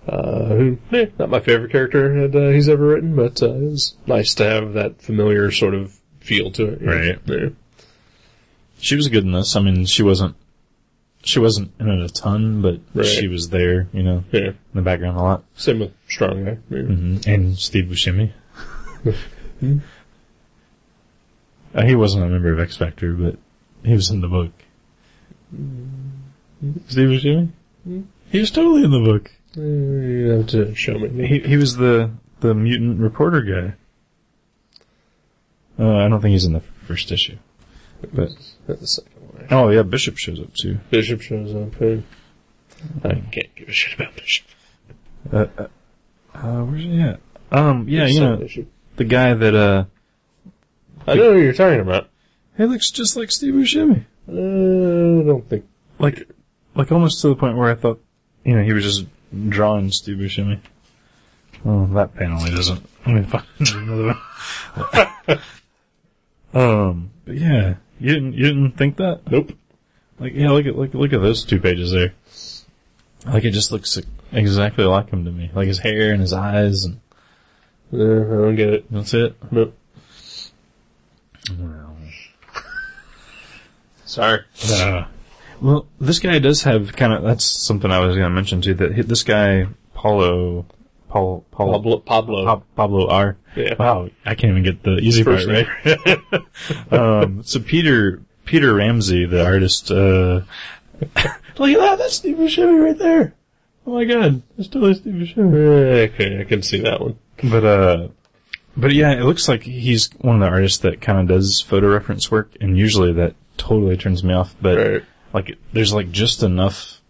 [SPEAKER 2] Uh, who, eh, not my favorite character that uh, he's ever written, but uh, it was nice to have that familiar sort of feel to it. you know?
[SPEAKER 4] Right.
[SPEAKER 2] Yeah.
[SPEAKER 4] she was good in this. I mean, she wasn't she wasn't in it a ton, but
[SPEAKER 2] Right.
[SPEAKER 4] she was there, you know, in
[SPEAKER 2] Yeah.
[SPEAKER 4] the background a lot.
[SPEAKER 2] Same with Strong Guy. Yeah.
[SPEAKER 4] Mhm. And Steve Buscemi. Uh, he wasn't a member of X Factor, but he was in the book. Steve Buscemi? He was totally in the book.
[SPEAKER 2] Uh, you have to show me.
[SPEAKER 4] He he was the the mutant reporter guy. Uh, I don't think he's in the first issue. But
[SPEAKER 2] That's the second one.
[SPEAKER 4] oh yeah, Bishop shows up too.
[SPEAKER 2] Bishop shows up. yeah. I can't give a shit about Bishop.
[SPEAKER 4] Uh, uh, uh, where's he at? Um, yeah,
[SPEAKER 2] It's
[SPEAKER 4] you
[SPEAKER 2] second
[SPEAKER 4] know
[SPEAKER 2] issue.
[SPEAKER 4] the guy that uh,
[SPEAKER 2] I know who you're talking about.
[SPEAKER 4] he looks just like Steve Buscemi.
[SPEAKER 2] Uh, I don't think.
[SPEAKER 4] like like almost to the point where I thought, you know, he was just drawing Steve Buscemi. Oh, that panel he doesn't. Let me find another one. um, but yeah, you didn't you didn't think that?
[SPEAKER 2] Nope.
[SPEAKER 4] Like, yeah, look at look look at those two pages there. Like it just looks exactly like him to me. Like his hair and his eyes, and
[SPEAKER 2] Uh, I don't get it.
[SPEAKER 4] that's it.
[SPEAKER 2] Nope. Sorry.
[SPEAKER 4] Uh, well, this guy does have kind of. That's something I was going to mention too. That he- this guy, Paulo, Paul, Paul,
[SPEAKER 2] Pablo. Pablo.
[SPEAKER 4] Pa- Pablo R.
[SPEAKER 2] Yeah.
[SPEAKER 4] Wow, I can't even get the easy
[SPEAKER 2] First
[SPEAKER 4] part right. um, so Peter Peter Ramsey, the artist. Uh, look at that! That's Steve Buscemi right there. Oh my god, that's totally Steve Buscemi.
[SPEAKER 2] Eh, Okay, I can see that one.
[SPEAKER 4] But uh, but yeah, it looks like he's one of the artists that kind of does photo reference work, and usually that totally turns me off. But
[SPEAKER 2] Right.
[SPEAKER 4] like, there's like just enough,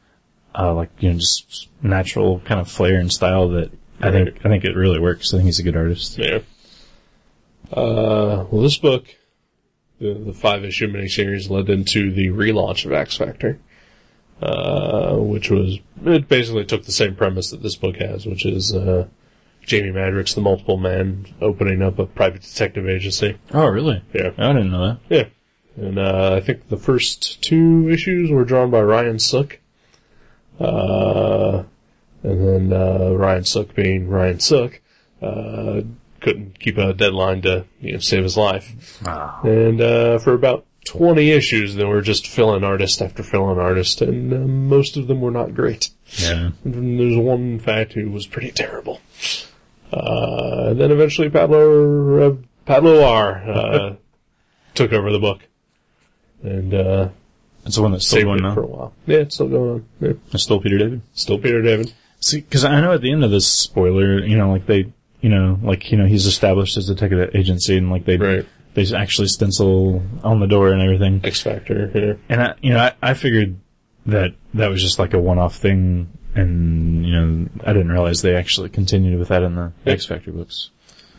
[SPEAKER 4] uh, like you know, just natural kind of flair and style that I think I think it really works. I think he's a good artist.
[SPEAKER 2] Yeah. Uh, well, this book, the, the five issue miniseries, led into the relaunch of X Factor, uh, which was it basically took the same premise that this book has, which is uh, Jamie Madrox, the multiple man, opening up a private detective agency.
[SPEAKER 4] Oh, really?
[SPEAKER 2] Yeah.
[SPEAKER 4] I didn't know that.
[SPEAKER 2] Yeah. And uh, I think the first two issues were drawn by Ryan Sook. Uh, and then uh, Ryan Sook, being Ryan Sook, uh, couldn't keep a deadline to you know, save his life. And uh, for about 20 issues, they were just fill-in artist after fill-in artist, and uh, most of them were not great.
[SPEAKER 4] Yeah.
[SPEAKER 2] And there's one, in fact, who was pretty terrible. Uh, and then eventually Pablo, uh, Pablo R, uh, took over the book. And, uh,
[SPEAKER 4] That's the one that's still
[SPEAKER 2] saved
[SPEAKER 4] going
[SPEAKER 2] it for a
[SPEAKER 4] now.
[SPEAKER 2] while. Yeah, it's still going on. Yeah.
[SPEAKER 4] It's still Peter David.
[SPEAKER 2] Still Peter David.
[SPEAKER 4] See, cause I know at the end of this spoiler, you know, like they, you know, like, you know, he's established as a detective agency and like they,
[SPEAKER 2] Right.
[SPEAKER 4] they actually stencil on the door and everything.
[SPEAKER 2] X Factor. Yeah.
[SPEAKER 4] And I, you know, I, I figured that that was just like a one-off thing and, you know, I didn't realize they actually continued with that in the
[SPEAKER 2] Yeah.
[SPEAKER 4] X Factor books.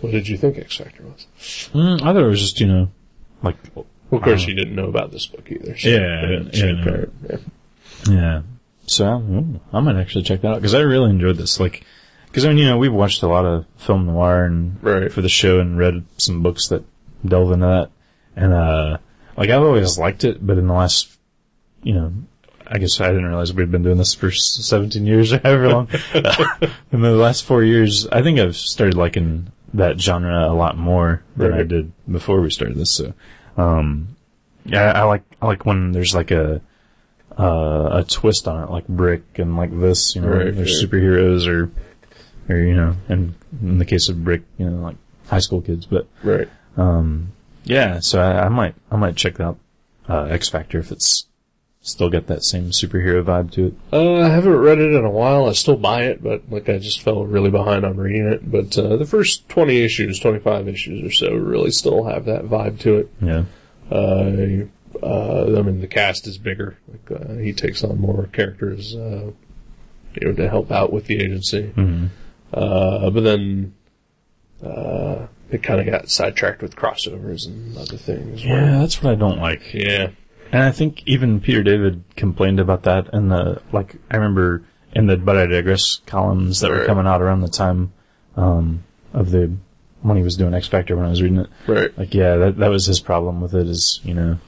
[SPEAKER 2] What did you think X Factor was?
[SPEAKER 4] Mm, I thought it was just, you know, like,
[SPEAKER 2] Well, of course,
[SPEAKER 4] Uh,
[SPEAKER 2] you didn't know about this book either. So
[SPEAKER 4] Yeah,
[SPEAKER 2] didn't
[SPEAKER 4] yeah,
[SPEAKER 2] seem
[SPEAKER 4] no.
[SPEAKER 2] fair. Yeah.
[SPEAKER 4] Yeah. So mm, I might actually check that out because I really enjoyed this. Like, because I mean, you know, we've watched a lot of film noir and
[SPEAKER 2] Right.
[SPEAKER 4] for the show and read some books that delve into that. And uh, like I've always liked it, but in the last, you know, I guess I didn't realize we'd been doing this for s- seventeen years or however long. in the last four years, I think I've started liking that genre a lot more than I
[SPEAKER 2] Right.
[SPEAKER 4] did before we started this. So, um, yeah, I like I like when there's like a uh, a twist on it, like Brick and like this. You know,
[SPEAKER 2] Right,
[SPEAKER 4] there's
[SPEAKER 2] yeah.
[SPEAKER 4] superheroes or or you know, and in the case of Brick, you know, like high school kids. But
[SPEAKER 2] Right.
[SPEAKER 4] um, yeah, so I, I might I might check out uh, X Factor if it's still got that same superhero vibe to it.
[SPEAKER 2] Uh, I haven't read it in a while. I still buy it, but like I just fell really behind on reading it. But uh, the first twenty issues, twenty five issues or so, really still have that vibe to it.
[SPEAKER 4] Yeah,
[SPEAKER 2] Uh, uh, I mean, the cast is bigger. Like uh, he takes on more characters, uh, you know, to help out with the agency.
[SPEAKER 4] mm-hmm.
[SPEAKER 2] Uh, but then uh, it kind of got sidetracked with crossovers and other things.
[SPEAKER 4] yeah,
[SPEAKER 2] where-
[SPEAKER 4] that's what I don't like.
[SPEAKER 2] yeah,
[SPEAKER 4] And I think even Peter David complained about that in the like I remember in the but I digress columns that were
[SPEAKER 2] Right.
[SPEAKER 4] coming out around the time um, of the when he was doing X Factor when I was reading it.
[SPEAKER 2] right.
[SPEAKER 4] Like yeah, that that was his problem with it is you know,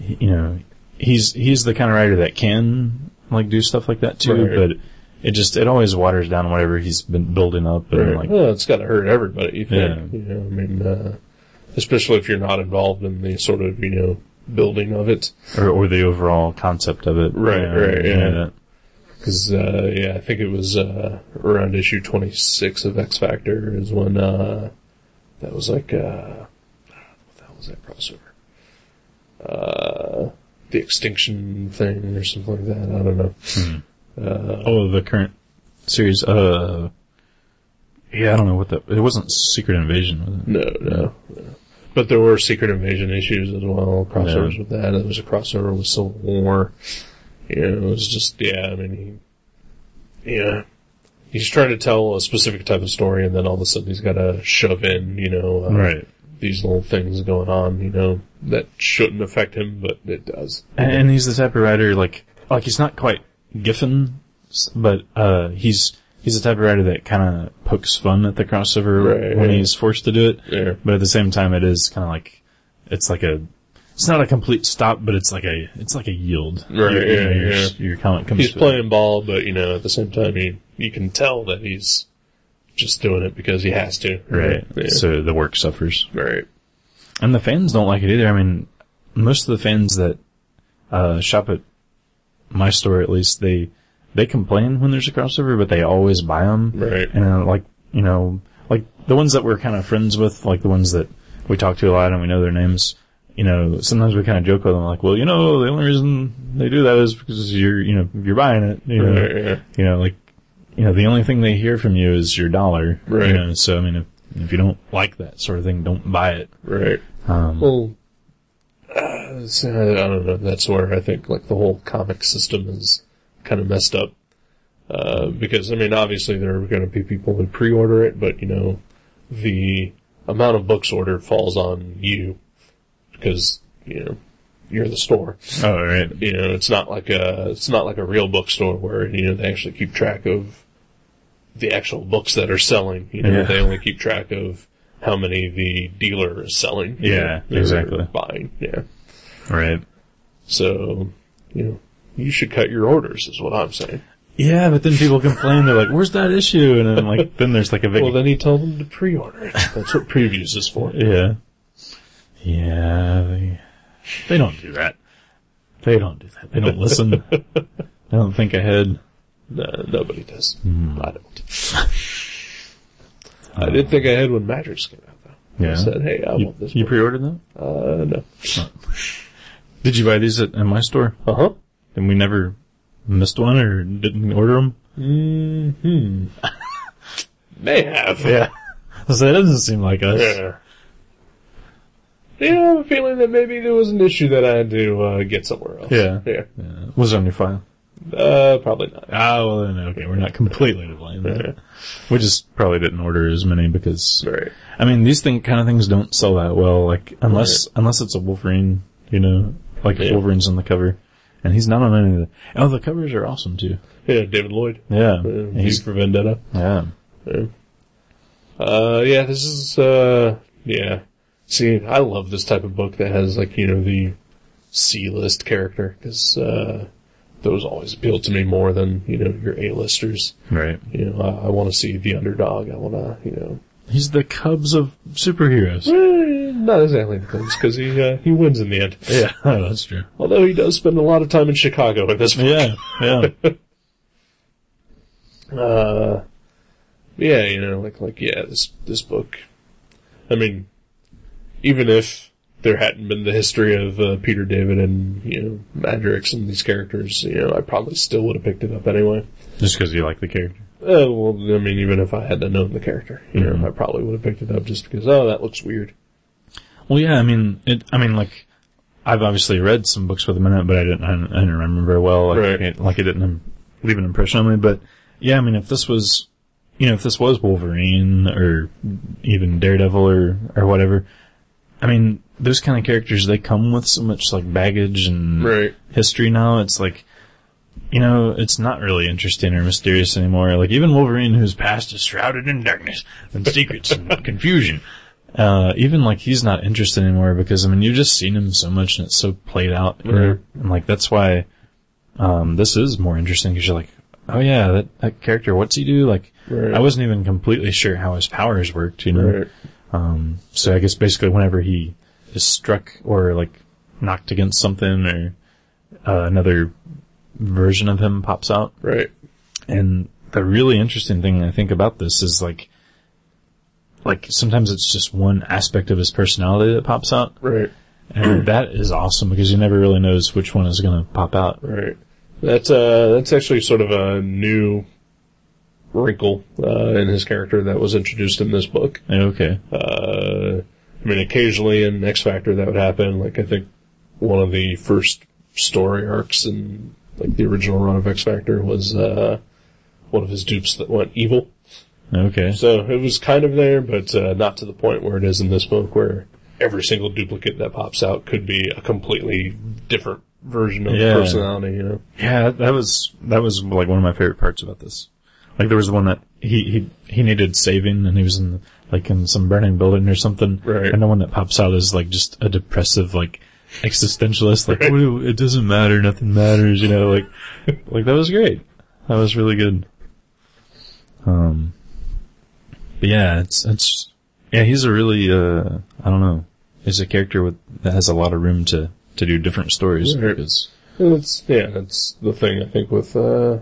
[SPEAKER 4] he- you know, he's he's the kind of writer that can like do stuff like that too,
[SPEAKER 2] Right.
[SPEAKER 4] but it just it always waters down whatever he's been building up and
[SPEAKER 2] Right.
[SPEAKER 4] like
[SPEAKER 2] well, it's got to hurt everybody. You think?
[SPEAKER 4] Yeah.
[SPEAKER 2] You know, I mean, uh, especially if you're not involved in the sort of you know building of it.
[SPEAKER 4] or, or the overall concept of it.
[SPEAKER 2] Right,
[SPEAKER 4] you know,
[SPEAKER 2] right,
[SPEAKER 4] you
[SPEAKER 2] yeah.
[SPEAKER 4] know, that-
[SPEAKER 2] Because uh, yeah, I think it was uh, around issue 26 of X Factor is when uh, that was like uh, what the hell was that crossover? Uh, the extinction thing or something like that. I don't know.
[SPEAKER 4] Oh, the current series. Uh, yeah, I don't know what that. It wasn't Secret Invasion, was it?
[SPEAKER 2] No, no. no. But there were Secret Invasion issues as well, crossovers
[SPEAKER 4] Yeah.
[SPEAKER 2] with that. There was a crossover with Civil War. You know, it was just, yeah, I mean, he, yeah. He's trying to tell a specific type of story and then all of a sudden he's got to shove in, you know, uh, these little things going on, you know, that shouldn't affect him, but it does.
[SPEAKER 4] And, and he's the type of writer like like he's not quite Giffen, s- but uh, he's he's the type of writer that kind of pokes fun at the crossover
[SPEAKER 2] Right,
[SPEAKER 4] when
[SPEAKER 2] yeah.
[SPEAKER 4] he's forced to do it.
[SPEAKER 2] Yeah.
[SPEAKER 4] But at the same time, it is kind of like it's like a. It's not a complete stop, but it's like a it's like a yield.
[SPEAKER 2] Right,
[SPEAKER 4] Your-
[SPEAKER 2] yeah,
[SPEAKER 4] your,
[SPEAKER 2] yeah.
[SPEAKER 4] your comic comes.
[SPEAKER 2] He's
[SPEAKER 4] to it.
[SPEAKER 2] playing ball, but you know, at the same time, you you can tell that he's just doing it because he has to.
[SPEAKER 4] right,
[SPEAKER 2] Yeah.
[SPEAKER 4] so the work suffers.
[SPEAKER 2] right.
[SPEAKER 4] And the fans don't like it either. I mean, most of the fans that uh, shop at my store, at least, they they complain when there's a crossover, but they always buy them.
[SPEAKER 2] Right.
[SPEAKER 4] And uh, like you know, like the ones that we're kind of friends with, like the ones that we talk to a lot and we know their names. You know, sometimes we kind of joke with them, like, "Well, you know, the only reason they do that is because you're, you know, you're buying it." You know,
[SPEAKER 2] Right, yeah.
[SPEAKER 4] you know, like, you know, the only thing they hear from you is your dollar.
[SPEAKER 2] Right.
[SPEAKER 4] You know, so I mean, if if you don't like that sort of thing, don't buy it.
[SPEAKER 2] Right.
[SPEAKER 4] Um,
[SPEAKER 2] Well, uh, so, I don't know. That's where I think like the whole comic system is kind of messed up. Uh, because I mean, obviously there are going to be people who pre-order it, but you know, the amount of books ordered falls on you because you know you're the store.
[SPEAKER 4] Oh, right.
[SPEAKER 2] You know, it's not like a it's not like a real bookstore where you know they actually keep track of the actual books that are selling. You know,
[SPEAKER 4] Yeah.
[SPEAKER 2] they only keep track of how many the dealer is selling. you
[SPEAKER 4] Yeah,
[SPEAKER 2] know, or
[SPEAKER 4] exactly.
[SPEAKER 2] Buying, yeah.
[SPEAKER 4] Right.
[SPEAKER 2] So, you know, you should cut your orders, is what I'm saying.
[SPEAKER 4] Yeah, but then people complain. They're like, "Where's that issue?" And then like, then there's like a big
[SPEAKER 2] Well, then he told them to pre-order it. That's what previews is for.
[SPEAKER 4] yeah, yeah. They, they don't do that. They don't do that. They don't listen. I don't think ahead.
[SPEAKER 2] No, nobody does.
[SPEAKER 4] Hmm.
[SPEAKER 2] I don't. I did think I had when Matrix came out, though. I
[SPEAKER 4] Yeah.
[SPEAKER 2] said, hey, I
[SPEAKER 4] You,
[SPEAKER 2] want this
[SPEAKER 4] you
[SPEAKER 2] book.
[SPEAKER 4] pre-ordered them?
[SPEAKER 2] uh, no.
[SPEAKER 4] Did you buy these at, in my store?
[SPEAKER 2] Uh-huh.
[SPEAKER 4] And we never missed one or didn't order them.
[SPEAKER 2] Mm-hmm. May have.
[SPEAKER 4] Yeah. so that doesn't seem like us.
[SPEAKER 2] Yeah. Yeah, I have a feeling that maybe there was an issue that I had to uh, get somewhere else.
[SPEAKER 4] Yeah.
[SPEAKER 2] Yeah.
[SPEAKER 4] Yeah. Was it on your file?
[SPEAKER 2] Uh, probably not.
[SPEAKER 4] Ah, well then, okay, we're not completely to blame.
[SPEAKER 2] Yeah.
[SPEAKER 4] We just probably didn't order as many because
[SPEAKER 2] Right.
[SPEAKER 4] I mean, these thing kind of things don't sell that well. Like unless unless it's a Wolverine, you know, like if
[SPEAKER 2] Yeah.
[SPEAKER 4] Wolverine's on the cover, and he's not on any of the. Oh, the covers are awesome too.
[SPEAKER 2] Yeah, David Lloyd.
[SPEAKER 4] Yeah,
[SPEAKER 2] Uh,
[SPEAKER 4] And
[SPEAKER 2] V
[SPEAKER 4] he's
[SPEAKER 2] for Vendetta.
[SPEAKER 4] yeah.
[SPEAKER 2] Uh, yeah, this is, uh, yeah. See, I love this type of book that has, like, you know, the C-list character, because, uh, those always appeal to me more than, you know, your A-listers.
[SPEAKER 4] Right.
[SPEAKER 2] You know, I, I want to see the underdog. I want to, you know,
[SPEAKER 4] He's the Cubs of superheroes.
[SPEAKER 2] eh, not exactly the things, because he, uh, he wins in the end.
[SPEAKER 4] yeah, that's true.
[SPEAKER 2] Although he does spend a lot of time in Chicago at this point.
[SPEAKER 4] Yeah, yeah.
[SPEAKER 2] Uh, yeah, you know, like like yeah, this this book. I mean, even if there hadn't been the history of uh, Peter David and you know Madrix and these characters, you know, I probably still would have picked it up anyway.
[SPEAKER 4] Just because you like the character.
[SPEAKER 2] Uh, well, I mean, even if I hadn't known the character, you
[SPEAKER 4] Mhm.
[SPEAKER 2] know, I probably would have picked it up just because oh, that looks weird.
[SPEAKER 4] Well, yeah, I mean, it, I mean, like, I've obviously read some books with him in it, but I didn't, I didn't, I didn't remember very well. Like,
[SPEAKER 2] Right.
[SPEAKER 4] it, like it didn't im- leave an impression on me. But yeah, I mean, if this was, you know, if this was Wolverine or even Daredevil or or whatever, I mean, those kind of characters they come with so much like baggage and
[SPEAKER 2] Right.
[SPEAKER 4] history now. It's like, you know, it's not really interesting or mysterious anymore. Like even Wolverine, whose past is shrouded in darkness and secrets and confusion, uh, even like he's not interested anymore because I mean you've just seen him so much and it's so played out, you know?
[SPEAKER 2] Right.
[SPEAKER 4] and like that's why um, this is more interesting because you're like, oh yeah, that that character, what's he do? Like
[SPEAKER 2] Right.
[SPEAKER 4] I wasn't even completely sure how his powers worked, you know.
[SPEAKER 2] Right.
[SPEAKER 4] Um, so I guess basically whenever he is struck or like knocked against something or uh, another version of him pops out.
[SPEAKER 2] Right.
[SPEAKER 4] And the really interesting thing I think about this is like, like sometimes it's just one aspect of his personality that pops out.
[SPEAKER 2] Right.
[SPEAKER 4] And that is awesome because you never really knows which one is going to pop out.
[SPEAKER 2] Right. That's uh that's actually sort of a new wrinkle uh, in his character that was introduced in this book.
[SPEAKER 4] Okay.
[SPEAKER 2] Uh, I mean, occasionally in X Factor that would happen. Like I think one of the first story arcs in like the original run of X Factor was uh, one of his dupes that went evil.
[SPEAKER 4] Okay.
[SPEAKER 2] So it was kind of there, but uh, not to the point where it is in this book, where every single duplicate that pops out could be a completely different version of the
[SPEAKER 4] Yeah.
[SPEAKER 2] personality. You know.
[SPEAKER 4] Yeah, that- that was that was like one of my favorite parts about this. Like there was one that he he he needed saving, and he was in like in some burning building or something.
[SPEAKER 2] Right.
[SPEAKER 4] And the one that pops out is like just a depressive like existentialist. Like "What do- it doesn't matter, nothing matters. You know, like like that was great. That was really good. Um, but yeah, it's it's yeah he's a really uh I don't know he's a character with that has a lot of room to to do different stories
[SPEAKER 2] Right.
[SPEAKER 4] because
[SPEAKER 2] Well, That's yeah, that's the thing I think with uh,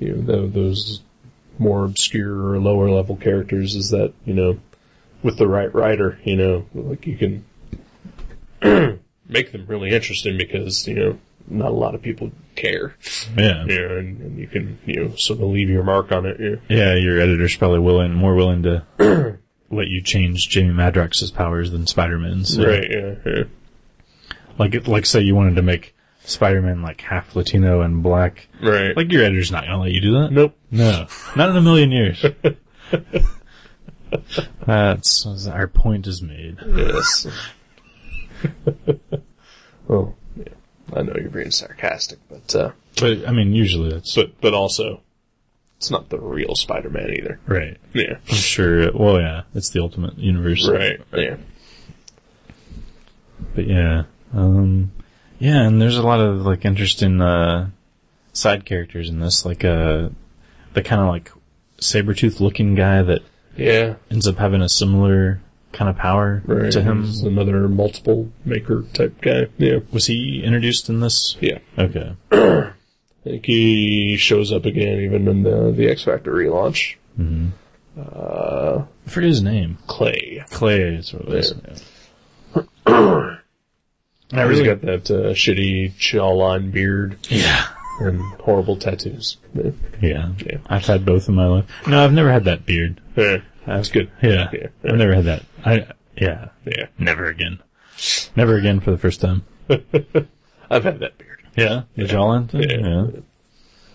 [SPEAKER 2] you know tho- those more obscure or lower level characters is that you know with the right writer, you know, like you can make them really interesting because you know not a lot of people care,
[SPEAKER 4] yeah
[SPEAKER 2] you know, and, and you can you know sort of leave your mark on it. You know.
[SPEAKER 4] Yeah, your editor's probably willing, more willing to let you change Jamie Madrox's powers than Spider-Man's. So,
[SPEAKER 2] Right? Yeah, yeah.
[SPEAKER 4] Like, like say you wanted to make Spider-Man like half Latino and black.
[SPEAKER 2] Right.
[SPEAKER 4] Like your editor's not gonna let you do that.
[SPEAKER 2] nope.
[SPEAKER 4] No, not in a million years. That's our point is made.
[SPEAKER 2] Yes. well, yeah. I know you're being sarcastic, but. uh
[SPEAKER 4] But I mean, usually that's
[SPEAKER 2] but but also it's not the real Spider-Man either.
[SPEAKER 4] right.
[SPEAKER 2] Yeah.
[SPEAKER 4] I'm sure. it- Well, yeah, it's the ultimate universe.
[SPEAKER 2] Right. Yeah.
[SPEAKER 4] But yeah, um, yeah, and there's a lot of like interesting uh, side characters in this, like uh, the kind of like saber-tooth looking guy that
[SPEAKER 2] Yeah.
[SPEAKER 4] ends up having a similar kind of power
[SPEAKER 2] Right.
[SPEAKER 4] to him.
[SPEAKER 2] He's another multiple maker type guy. Yeah.
[SPEAKER 4] Was he introduced in this?
[SPEAKER 2] Yeah.
[SPEAKER 4] Okay,
[SPEAKER 2] I think he shows up again even in the the X Factor relaunch.
[SPEAKER 4] I forget his name.
[SPEAKER 2] Clay.
[SPEAKER 4] Clay is what it is. Yeah.
[SPEAKER 2] I really got that uh, shitty jawline beard
[SPEAKER 4] Yeah.
[SPEAKER 2] and horrible tattoos. Yeah.
[SPEAKER 4] yeah,
[SPEAKER 2] Yeah.
[SPEAKER 4] I've had both in my life. No, I've never had that beard.
[SPEAKER 2] Yeah. That's good.
[SPEAKER 4] Yeah,
[SPEAKER 2] Yeah.
[SPEAKER 4] I've never had that. I yeah,
[SPEAKER 2] Yeah.
[SPEAKER 4] never again, never again for the first time.
[SPEAKER 2] I've had that beard.
[SPEAKER 4] Yeah, the jawline thing.
[SPEAKER 2] Yeah.
[SPEAKER 4] yeah.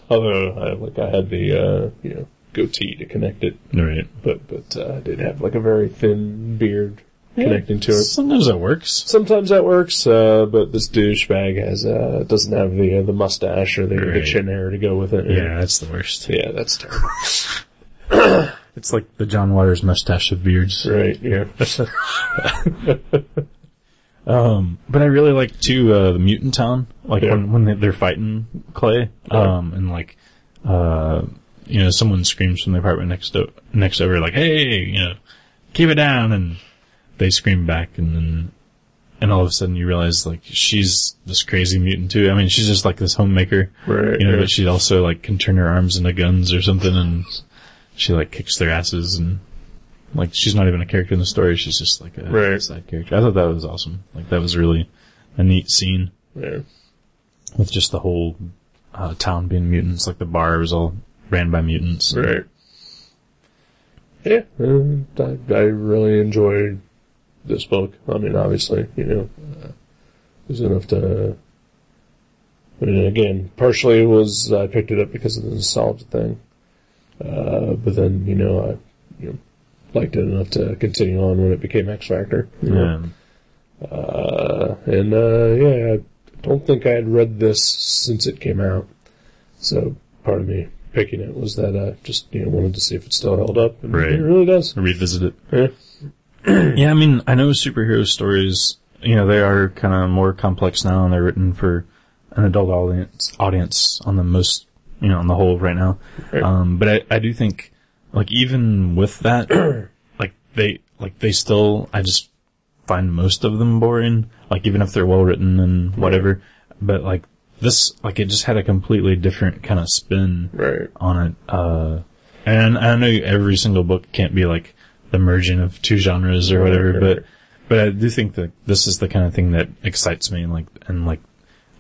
[SPEAKER 2] Although I like I had the uh, you know goatee to connect it,
[SPEAKER 4] Right.
[SPEAKER 2] but but uh, I did have like a very thin beard connecting to it.
[SPEAKER 4] Sometimes it works.
[SPEAKER 2] Sometimes that works, uh, but this douchebag has uh, doesn't have the uh, the mustache or the, the
[SPEAKER 4] Right.
[SPEAKER 2] chin hair to go with it.
[SPEAKER 4] Yeah, that's the worst.
[SPEAKER 2] yeah, that's terrible.
[SPEAKER 4] It's like the John Waters mustache of beards.
[SPEAKER 2] right? Yeah,
[SPEAKER 4] Um, but I really like too uh, the mutant town, like
[SPEAKER 2] Yeah.
[SPEAKER 4] when when they- they're fighting Clay, um, and like, uh, you know, someone screams from the apartment next o- next over, like, "Hey, you know, keep it down," and they scream back, and then. And all of a sudden, you realize like she's this crazy mutant too. I mean, she's just like this homemaker,
[SPEAKER 2] Right,
[SPEAKER 4] You know,
[SPEAKER 2] yeah.
[SPEAKER 4] but she also like can turn her arms into guns or something, and she like kicks their asses and like she's not even a character in the story. She's just like a
[SPEAKER 2] Right.
[SPEAKER 4] side character. I thought that was awesome. Like that was really a neat scene
[SPEAKER 2] Yeah.
[SPEAKER 4] with just the whole uh, town being mutants. Like the bar was all ran by mutants.
[SPEAKER 2] Right. Yeah, um, I, I really enjoyed this book. I mean, obviously, you know, uh, it was enough to. I mean, again, partially it was I picked it up because of the nostalgia thing, uh, but then you know I you know, liked it enough to continue on when it became X Factor. you know.
[SPEAKER 4] Yeah.
[SPEAKER 2] Uh, and uh, yeah, I don't think I had read this since it came out. So part of me picking it was that I just you know wanted to see if it still held up. And
[SPEAKER 4] Right.
[SPEAKER 2] It really does.
[SPEAKER 4] Revisit it.
[SPEAKER 2] Yeah.
[SPEAKER 4] Yeah, I mean, I know superhero stories, you know, they are kind of more complex now and they're written for an adult audience, audience on the most, you know, on the whole right now.
[SPEAKER 2] Right.
[SPEAKER 4] Um, but I, I do think, like, even with that, like, they, like, they still, I just find most of them boring, like, even if they're well written and whatever. But, like, this, like, it just had a completely different kind of spin
[SPEAKER 2] Right.
[SPEAKER 4] on it. Uh, and I know every single book can't be like the merging of two genres or whatever, but but I do think that this is the kind of thing that excites me, and like and like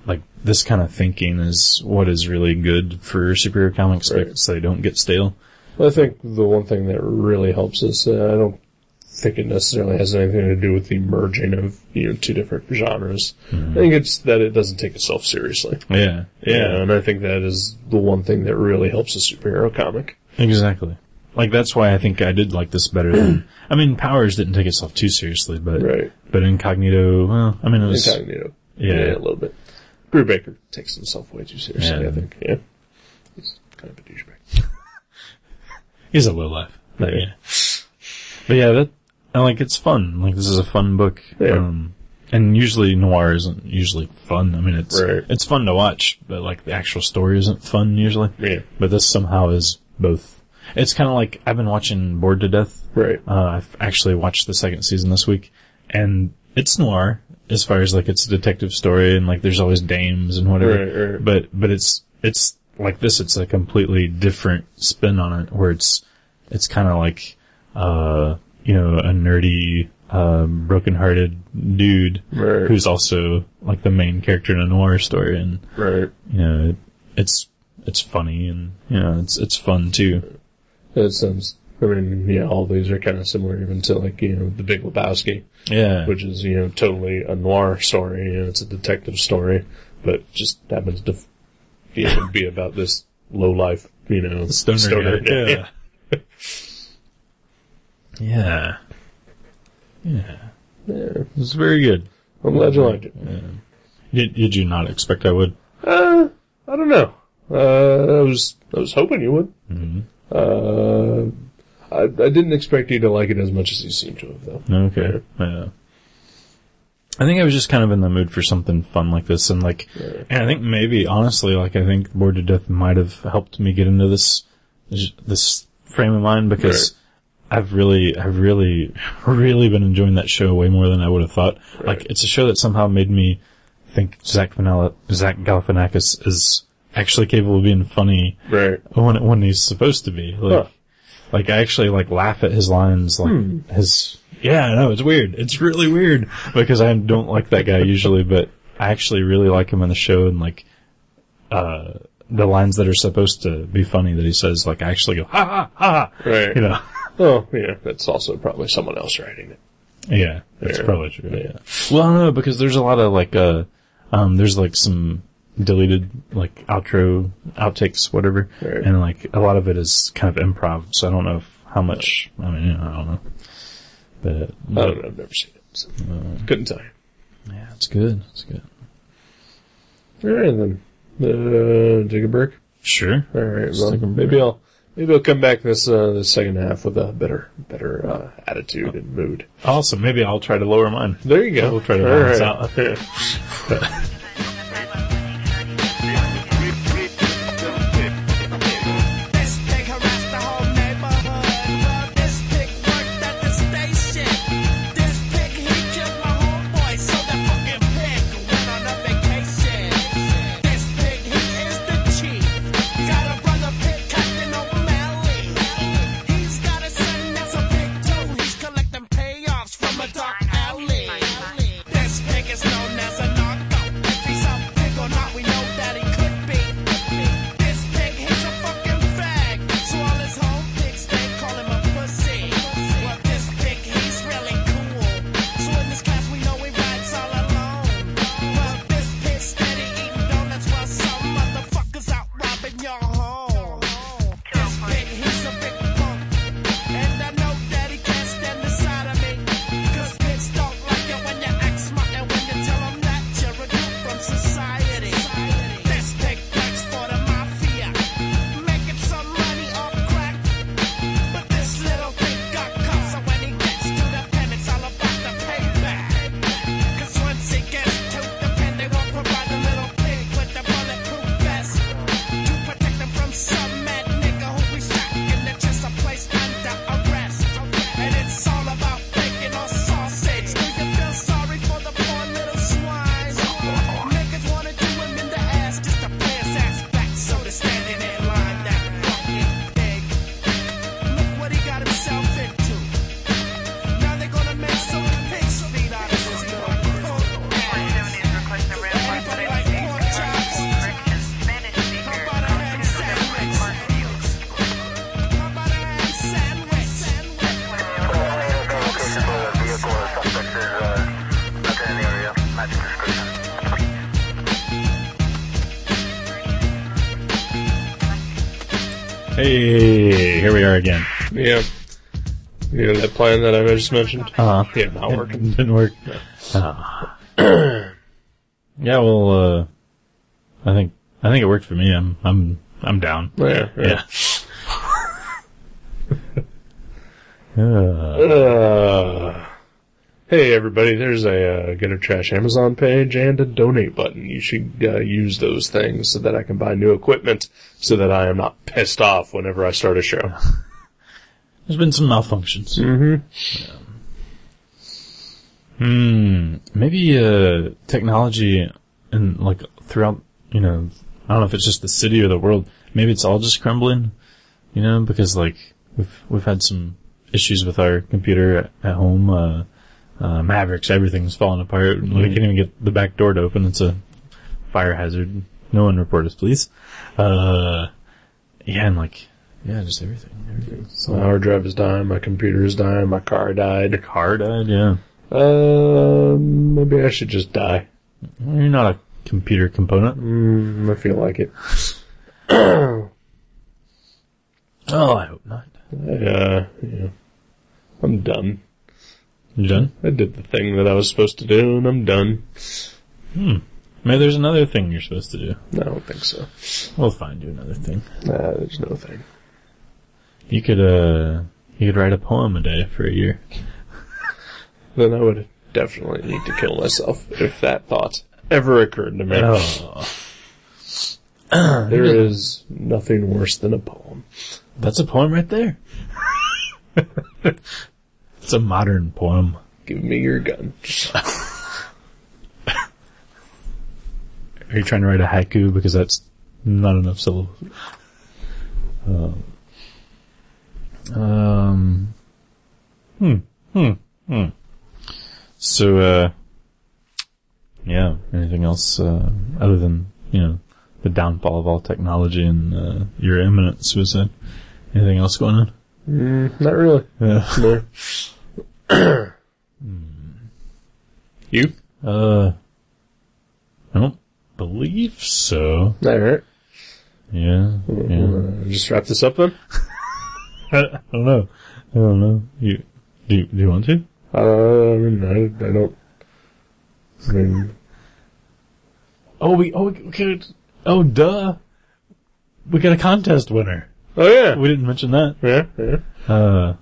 [SPEAKER 4] like this kind of thinking is what is really good for superhero comics,
[SPEAKER 2] Right.
[SPEAKER 4] so they don't get stale.
[SPEAKER 2] Well, I think the one thing that really helps is uh, I don't think it necessarily has anything to do with the merging of you know two different genres.
[SPEAKER 4] Mm-hmm.
[SPEAKER 2] I think it's that it doesn't take itself seriously.
[SPEAKER 4] Yeah,
[SPEAKER 2] and I think that is the one thing that really helps a superhero comic.
[SPEAKER 4] exactly. Like that's why I think I did like this better than. I mean, Powers didn't take itself too seriously, but
[SPEAKER 2] Right.
[SPEAKER 4] but Incognito, well, I mean, it was
[SPEAKER 2] Incognito.
[SPEAKER 4] Yeah.
[SPEAKER 2] a little bit. Brubaker takes himself way too seriously,
[SPEAKER 4] Yeah.
[SPEAKER 2] I think. Yeah. He's kind of a douchebag.
[SPEAKER 4] He's a low life. But
[SPEAKER 2] Yeah.
[SPEAKER 4] yeah. But yeah, that and like it's fun. Like this is a fun book.
[SPEAKER 2] Yeah.
[SPEAKER 4] Um and usually noir isn't usually fun. I mean it's
[SPEAKER 2] Right.
[SPEAKER 4] it's fun to watch, but like the actual story isn't fun usually.
[SPEAKER 2] Yeah.
[SPEAKER 4] But this somehow is both. It's kind of like I've been watching Bored to Death.
[SPEAKER 2] Right.
[SPEAKER 4] Uh, I've actually watched the second season this week, and it's noir as far as like it's a detective story, and like there's always dames and whatever.
[SPEAKER 2] Right, right.
[SPEAKER 4] But but it's it's like this. It's a completely different spin on it, where it's it's kind of like uh you know a nerdy, uh, broken-hearted dude
[SPEAKER 2] Right.
[SPEAKER 4] who's also like the main character in a noir story, and
[SPEAKER 2] Right.
[SPEAKER 4] you know it, it's it's funny and you know it's it's fun too.
[SPEAKER 2] That sounds, I mean, yeah, all these are kind of similar even to like, you know, The Big Lebowski,
[SPEAKER 4] Yeah.
[SPEAKER 2] which is, you know, totally a noir story and it's a detective story, but just happens to you know, be about this low life, you know,
[SPEAKER 4] stoner, guy.
[SPEAKER 2] Yeah.
[SPEAKER 4] yeah. Yeah. It was very good.
[SPEAKER 2] I'm glad you liked it.
[SPEAKER 4] Did, did you not expect I would?
[SPEAKER 2] Uh, I don't know. Uh, I was I was hoping you would.
[SPEAKER 4] Mm-hmm.
[SPEAKER 2] Uh, I, I didn't expect you to like it as much as you seem to have, though.
[SPEAKER 4] Okay. Yeah. I think I was just kind of in the mood for something fun like this and like, and I think maybe honestly, like I think Bored to Death might have helped me get into this, this frame of mind because I've really, I've really, really been enjoying that show way more than I would have thought. Like it's a show that somehow made me think Zach Vanella, Zach Galifianakis is actually capable of being funny
[SPEAKER 2] Right.
[SPEAKER 4] when when he's supposed to be. Like,
[SPEAKER 2] Huh.
[SPEAKER 4] like I actually like laugh at his lines. Like his, yeah, I know it's weird. It's really weird because I don't like that guy usually, but I actually really like him in the show and like, uh, the lines that are supposed to be funny that he says. Like I actually go ha ha ha. ha,"
[SPEAKER 2] Right.
[SPEAKER 4] You know.
[SPEAKER 2] Oh, yeah. That's also probably someone else writing it.
[SPEAKER 4] Yeah, that's
[SPEAKER 2] Yeah.
[SPEAKER 4] probably true. Yeah. Well, I don't know because there's a lot of like, uh, um, there's like some deleted like outro outtakes, whatever,
[SPEAKER 2] Right.
[SPEAKER 4] and like a lot of it is kind of improv. So I don't know if, how much. I mean, you know, I don't know. But,
[SPEAKER 2] I don't know. I've never seen it. So.
[SPEAKER 4] Mm-hmm.
[SPEAKER 2] Couldn't tell you.
[SPEAKER 4] yeah, it's good. It's good.
[SPEAKER 2] All right, then. Uh, take a break.
[SPEAKER 4] Sure.
[SPEAKER 2] All right.
[SPEAKER 4] Let's
[SPEAKER 2] Well,
[SPEAKER 4] take a break.
[SPEAKER 2] maybe I'll maybe I'll come back this uh, the second half with a better better uh, attitude and mood.
[SPEAKER 4] Awesome. Maybe I'll try to lower mine.
[SPEAKER 2] There you go.
[SPEAKER 4] We'll try to
[SPEAKER 2] All
[SPEAKER 4] balance
[SPEAKER 2] right.
[SPEAKER 4] out.
[SPEAKER 5] This pig harassed the whole neighborhood. This pig worked at the station. This pig he killed my homeboy, so that fucking pig went on a vacation. This pig he is the chief. Got a brother pig, Captain O'Malley.
[SPEAKER 4] Hey, here we are again.
[SPEAKER 2] Yeah. You know that plan that I just mentioned?
[SPEAKER 4] Uh,
[SPEAKER 2] Yeah, not working.
[SPEAKER 4] Didn't work. Ah. yeah, well, uh, I think I think it worked for me. I'm I'm I'm down.
[SPEAKER 2] Yeah, yeah.
[SPEAKER 4] Yeah. Uh,
[SPEAKER 2] Uh, hey everybody, there's a uh, get a trash Amazon page and a donate button. You should uh, use those things so that I can buy new equipment, so that I am not pissed off whenever I start a show.
[SPEAKER 4] there's been some malfunctions.
[SPEAKER 2] Mm-hmm.
[SPEAKER 4] Hmm. Maybe uh, technology and like throughout, you know, I don't know if it's just the city or the world. Maybe it's all just crumbling, you know, because like we've we've had some issues with our computer at, at home. Uh, uh, Mavericks, everything's falling apart. We can't even get the back door to open. It's a fire hazard. No one report us, please. Uh, yeah, and like, yeah, just everything. Everything.
[SPEAKER 2] My hard drive is dying. My computer is dying. My car died.
[SPEAKER 4] Car died. Yeah,
[SPEAKER 2] Uh, maybe I should just die.
[SPEAKER 4] Well, you're not a computer component.
[SPEAKER 2] Mm, I feel like it.
[SPEAKER 4] Oh, I hope not.
[SPEAKER 2] Uh, yeah. I'm done.
[SPEAKER 4] You done?
[SPEAKER 2] I did the thing that I was supposed to do, and I'm done.
[SPEAKER 4] Maybe there's another thing you're supposed to do.
[SPEAKER 2] No, I don't think so.
[SPEAKER 4] We'll find you another thing.
[SPEAKER 2] Nah, there's no thing.
[SPEAKER 4] You could, uh, you could write a poem a day for a year.
[SPEAKER 2] then I would definitely need to kill myself if that thought ever occurred to me.
[SPEAKER 4] Oh,
[SPEAKER 2] There is nothing worse than a poem.
[SPEAKER 4] That's a poem right there. it's a modern poem.
[SPEAKER 2] Give me your gun.
[SPEAKER 4] Are you trying to write a haiku? Because that's not enough syllables. Um. um, hmm. Hmm. Hmm. So, uh, yeah. Anything else uh, other than you know the downfall of all technology and uh, your imminent suicide? Anything else going on?
[SPEAKER 2] Mm, not really. Hmm.
[SPEAKER 4] Yeah.
[SPEAKER 2] No. you?
[SPEAKER 4] Uh, I don't believe so.
[SPEAKER 2] Alright.
[SPEAKER 4] Yeah. Yeah.
[SPEAKER 2] Uh, just wrap this up then?
[SPEAKER 4] I, I don't know. I don't know. You do you, do you want to?
[SPEAKER 2] Uh, I mean, I, I don't. I mean,
[SPEAKER 4] Oh, we oh we, could oh duh, we got a contest winner.
[SPEAKER 2] oh yeah.
[SPEAKER 4] We didn't mention that.
[SPEAKER 2] Yeah, yeah.
[SPEAKER 4] Uh,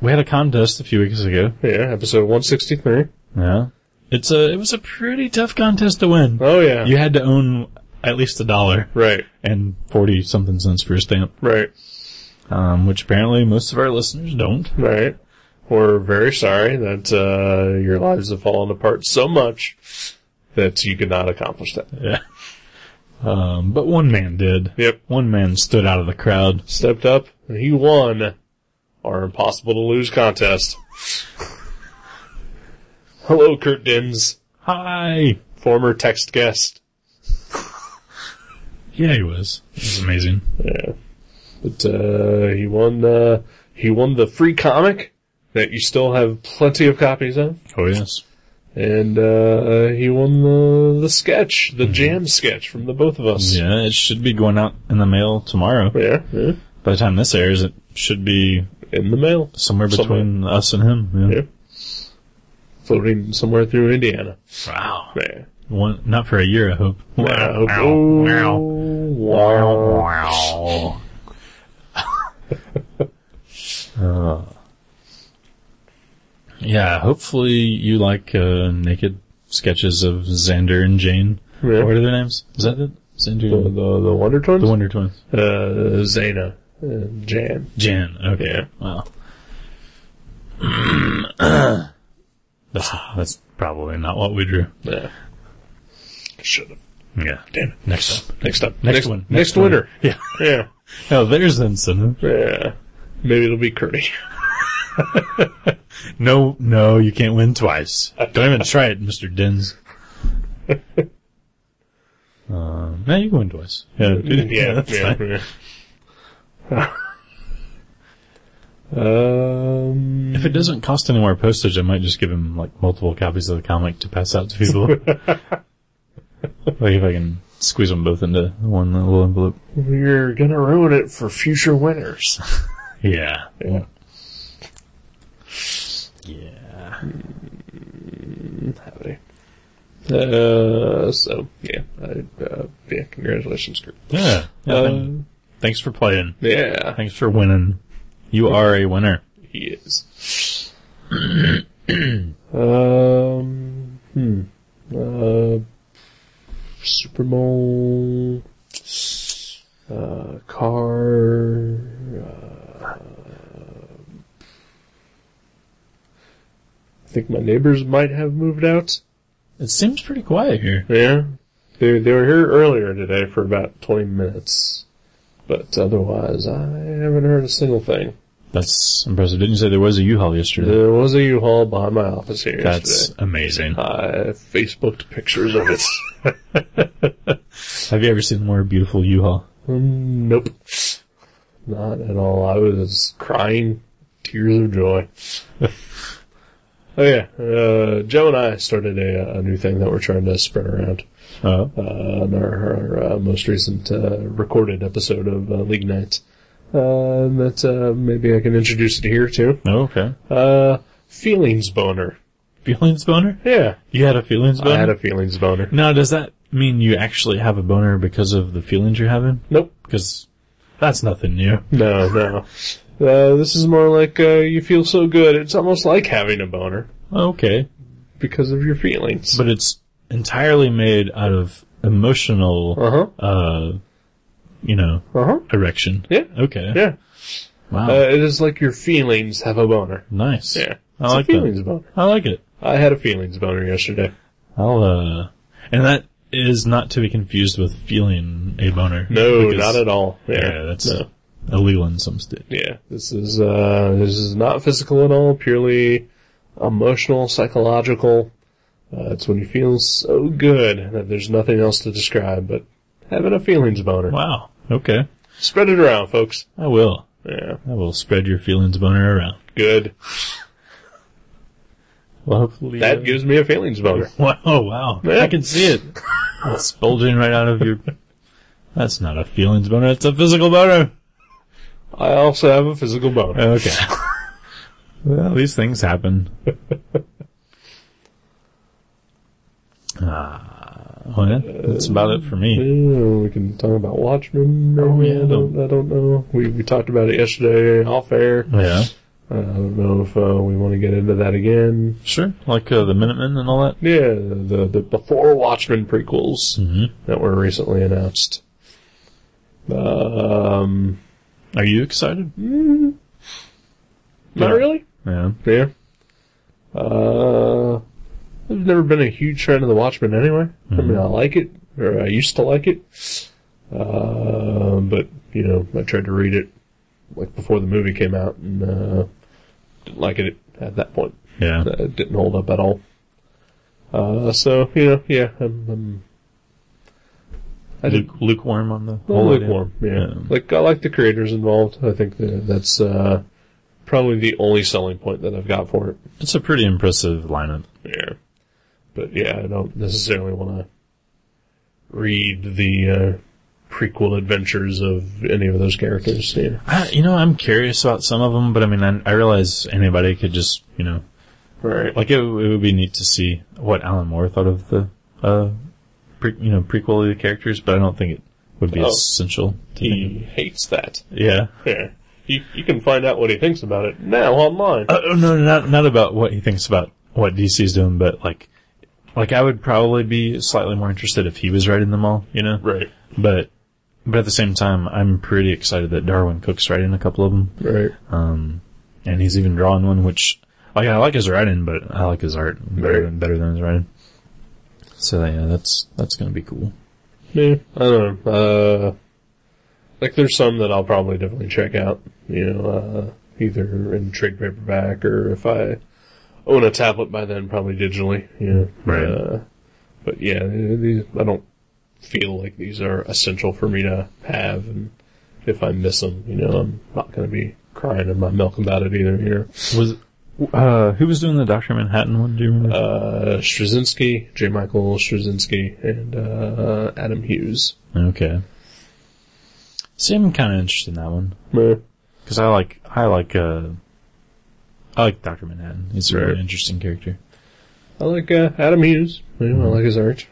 [SPEAKER 4] we had a contest a few weeks ago.
[SPEAKER 2] Yeah, episode 163.
[SPEAKER 4] Yeah, it's a it was a pretty tough contest to win.
[SPEAKER 2] Oh yeah.
[SPEAKER 4] You had to own at least a dollar
[SPEAKER 2] Right,
[SPEAKER 4] and forty something cents for a stamp,
[SPEAKER 2] right,
[SPEAKER 4] um, which apparently most of our listeners don't.
[SPEAKER 2] right. We're very sorry that, uh, your lives have fallen apart so much that you could not accomplish that.
[SPEAKER 4] Yeah. Um, but one man did.
[SPEAKER 2] Yep.
[SPEAKER 4] One man stood out of the crowd.
[SPEAKER 2] stepped up and he won our impossible to lose contest. Hello, Kurt Dins,
[SPEAKER 4] Hi.
[SPEAKER 2] former text guest.
[SPEAKER 4] Yeah, he was. It was amazing.
[SPEAKER 2] Yeah. But uh, he won uh, he won the free comic that you still have plenty of copies of.
[SPEAKER 4] Oh yes.
[SPEAKER 2] And uh, he won the the sketch, the jam sketch from the both of us.
[SPEAKER 4] Yeah, it should be going out in the mail tomorrow.
[SPEAKER 2] Yeah, yeah.
[SPEAKER 4] By the time this airs, it should be
[SPEAKER 2] In the mail.
[SPEAKER 4] somewhere
[SPEAKER 2] Somewhere.
[SPEAKER 4] between us and him. Yeah.
[SPEAKER 2] Yeah. Floating somewhere through Indiana.
[SPEAKER 4] Wow.
[SPEAKER 2] Yeah.
[SPEAKER 4] One, not for a year, I hope.
[SPEAKER 2] Wow.
[SPEAKER 4] Wow.
[SPEAKER 2] Wow.
[SPEAKER 4] Wow. Uh, yeah, hopefully you like uh, naked sketches of Xander and Jane.
[SPEAKER 2] Yeah.
[SPEAKER 4] What are their names? Is that it? Xander
[SPEAKER 2] The,
[SPEAKER 4] and
[SPEAKER 2] the, the Wonder Twins?
[SPEAKER 4] the Wonder Twins.
[SPEAKER 2] Uh, Zayna. Uh, Jan.
[SPEAKER 4] Jan. Okay.
[SPEAKER 2] Yeah.
[SPEAKER 4] Wow. that's that's probably not what we drew.
[SPEAKER 2] Yeah. Should have.
[SPEAKER 4] Yeah.
[SPEAKER 2] Damn it.
[SPEAKER 4] Next up.
[SPEAKER 2] Next up.
[SPEAKER 4] Next one.
[SPEAKER 2] Next,
[SPEAKER 4] Next one.
[SPEAKER 2] winter.
[SPEAKER 4] Yeah.
[SPEAKER 2] Yeah.
[SPEAKER 4] Oh, there's incentive.
[SPEAKER 2] Yeah. Maybe it'll be Curdy.
[SPEAKER 4] No, no, you can't win twice. Don't even try it, Mister Dins. Uh, no, you can win twice. Yeah.
[SPEAKER 2] yeah.
[SPEAKER 4] that's
[SPEAKER 2] Yeah.
[SPEAKER 4] fine.
[SPEAKER 2] yeah. Um,
[SPEAKER 4] If it doesn't cost any more postage, I might just give him like multiple copies of the comic to pass out to people. like if I can squeeze them both into one little envelope.
[SPEAKER 2] we're gonna ruin it for future winners.
[SPEAKER 4] Yeah.
[SPEAKER 2] Yeah.
[SPEAKER 4] Yeah.
[SPEAKER 2] Howdy. Uh, so yeah, I, uh, yeah. Congratulations, group.
[SPEAKER 4] Yeah.
[SPEAKER 2] Uh,
[SPEAKER 4] thank- thanks for playing.
[SPEAKER 2] yeah,
[SPEAKER 4] Thanks for winning. You are a winner.
[SPEAKER 2] he is. um, hmm. Uh, Super Bowl. Uh, car. Uh, I think my neighbors might have moved out.
[SPEAKER 4] It seems pretty quiet here.
[SPEAKER 2] Yeah. They, they were here earlier today for about 20 minutes. But otherwise, I haven't heard a single thing.
[SPEAKER 4] That's impressive. Didn't you say there was a U-Haul yesterday?
[SPEAKER 2] There was a U-Haul by my office here
[SPEAKER 4] That's
[SPEAKER 2] yesterday.
[SPEAKER 4] amazing.
[SPEAKER 2] I Facebooked pictures of it.
[SPEAKER 4] Have you ever seen a more beautiful U-Haul?
[SPEAKER 2] Um, nope. Not at all. I was crying tears of joy. oh yeah, uh, Joe and I started a, a new thing that we're trying to spread around.
[SPEAKER 4] Oh.
[SPEAKER 2] uh, on our, our uh, most recent uh, recorded episode of uh, League Night. Uh, that uh, maybe I can introduce it here too.
[SPEAKER 4] Oh, okay.
[SPEAKER 2] Uh, feelings boner.
[SPEAKER 4] Feelings boner?
[SPEAKER 2] Yeah,
[SPEAKER 4] You had a feelings boner?
[SPEAKER 2] I had a feelings boner.
[SPEAKER 4] Now, does that mean you actually have a boner because of the feelings you're having?
[SPEAKER 2] Nope,
[SPEAKER 4] Because that's nothing new.
[SPEAKER 2] no, no. Uh, this is more like uh, you feel so good. It's almost like having a boner
[SPEAKER 4] Okay,
[SPEAKER 2] because of your feelings.
[SPEAKER 4] but it's entirely made out of emotional,
[SPEAKER 2] uh huh,
[SPEAKER 4] uh, you know,
[SPEAKER 2] uh huh.
[SPEAKER 4] erection.
[SPEAKER 2] Yeah.
[SPEAKER 4] Okay.
[SPEAKER 2] Yeah,
[SPEAKER 4] Wow.
[SPEAKER 2] uh, it is like your feelings have a boner.
[SPEAKER 4] nice.
[SPEAKER 2] Yeah,
[SPEAKER 4] I
[SPEAKER 2] it's
[SPEAKER 4] like
[SPEAKER 2] a feelings
[SPEAKER 4] that.
[SPEAKER 2] boner.
[SPEAKER 4] I like it.
[SPEAKER 2] I had a feelings boner yesterday.
[SPEAKER 4] I'll. uh And that is not to be confused with feeling a boner.
[SPEAKER 2] No,
[SPEAKER 4] Because-
[SPEAKER 2] not at all. Yeah,
[SPEAKER 4] Yeah, that's
[SPEAKER 2] no.
[SPEAKER 4] illegal in some states.
[SPEAKER 2] Yeah, this is uh, this is not physical at all. Purely emotional, psychological. Uh, it's when you feel so good that there's nothing else to describe but having a feelings boner.
[SPEAKER 4] Wow. Okay.
[SPEAKER 2] Spread it around, folks.
[SPEAKER 4] I will.
[SPEAKER 2] Yeah,
[SPEAKER 4] I will spread your feelings boner around.
[SPEAKER 2] good.
[SPEAKER 4] Well, hopefully uh,
[SPEAKER 2] That gives me a feelings boner.
[SPEAKER 4] Wow, oh, wow.
[SPEAKER 2] Yeah.
[SPEAKER 4] I can see it. It's bulging right out of your. That's not a feelings boner, it's a physical boner.
[SPEAKER 2] I also have a physical boner.
[SPEAKER 4] Okay. well, these things happen. Ah, well, yeah, that's about it for me.
[SPEAKER 2] Yeah, we can talk about Watchmen.
[SPEAKER 4] Oh, yeah.
[SPEAKER 2] I don't, I don't know. We we talked about it yesterday off air.
[SPEAKER 4] Oh, Yeah,
[SPEAKER 2] Uh, I don't know if uh, we want to get into that again.
[SPEAKER 4] sure. Like uh, the Minutemen and all that.
[SPEAKER 2] Yeah, the the before Watchmen prequels
[SPEAKER 4] Mhm.
[SPEAKER 2] that were recently announced. Um,
[SPEAKER 4] Are you excited?
[SPEAKER 2] not
[SPEAKER 4] Yeah.
[SPEAKER 2] really.
[SPEAKER 4] Yeah.
[SPEAKER 2] Yeah. Uh, I've never been a huge fan of the Watchmen anyway. I mean, I like it, or I used to like it. Uh, but you know, I tried to read it like before the movie came out, and uh, didn't like it at that point.
[SPEAKER 4] Yeah.
[SPEAKER 2] Uh, it didn't hold up at all. Uh, so you know, yeah, I'm, I'm I did
[SPEAKER 4] Luke, lukewarm on the
[SPEAKER 2] well,
[SPEAKER 4] whole idea?
[SPEAKER 2] lukewarm. Yeah. like I like the creators involved. I think that that's uh, probably the only selling point that I've got for it.
[SPEAKER 4] It's a pretty impressive lineup.
[SPEAKER 2] Yeah, but yeah, I don't necessarily want to read the uh, prequel adventures of any of those characters. Yeah,
[SPEAKER 4] I, you know, I'm curious about some of them, but I mean, I, I realize anybody could just, you know,
[SPEAKER 2] right.
[SPEAKER 4] Like it, it would be neat to see what Alan Moore thought of the, uh, pre, you know, prequel of the characters, but I don't think it would be
[SPEAKER 2] Oh.
[SPEAKER 4] essential. To think.
[SPEAKER 2] He hates that.
[SPEAKER 4] Yeah.
[SPEAKER 2] Yeah, you, you can find out what he thinks about it now online.
[SPEAKER 4] Uh, oh, no, not not about what he thinks about what DC's doing, but like, like I would probably be slightly more interested if he was writing them all, you know.
[SPEAKER 2] right,
[SPEAKER 4] But, but at the same time, I'm pretty excited that Darwin Cook's writing a couple of them,
[SPEAKER 2] right.
[SPEAKER 4] um, and he's even drawing one, which like I like his writing, but I like his art better
[SPEAKER 2] Right.
[SPEAKER 4] than better than his writing. So yeah, that's that's gonna be cool.
[SPEAKER 2] Yeah, I don't know. Uh, like there's some that I'll probably definitely check out. You know, uh, either in trade paperback or if I own a tablet by then, probably digitally. You know,
[SPEAKER 4] Right.
[SPEAKER 2] Uh, but yeah, these I don't feel like these are essential for me to have, and if I miss them, you know, I'm not going to be crying in my milk about it either here.
[SPEAKER 4] Was uh, who was doing the Doctor Manhattan one? Do you remember?
[SPEAKER 2] Uh, Straczynski, J. Michael Straczynski, and uh, Adam Hughes.
[SPEAKER 4] Uh, okay. See, I'm kind of interested in that one
[SPEAKER 2] Meh.
[SPEAKER 4] because I like I like uh, I like Doctor Manhattan. He's a
[SPEAKER 2] Right.
[SPEAKER 4] really interesting character.
[SPEAKER 2] I like uh, Adam Hughes. You know, I like his art.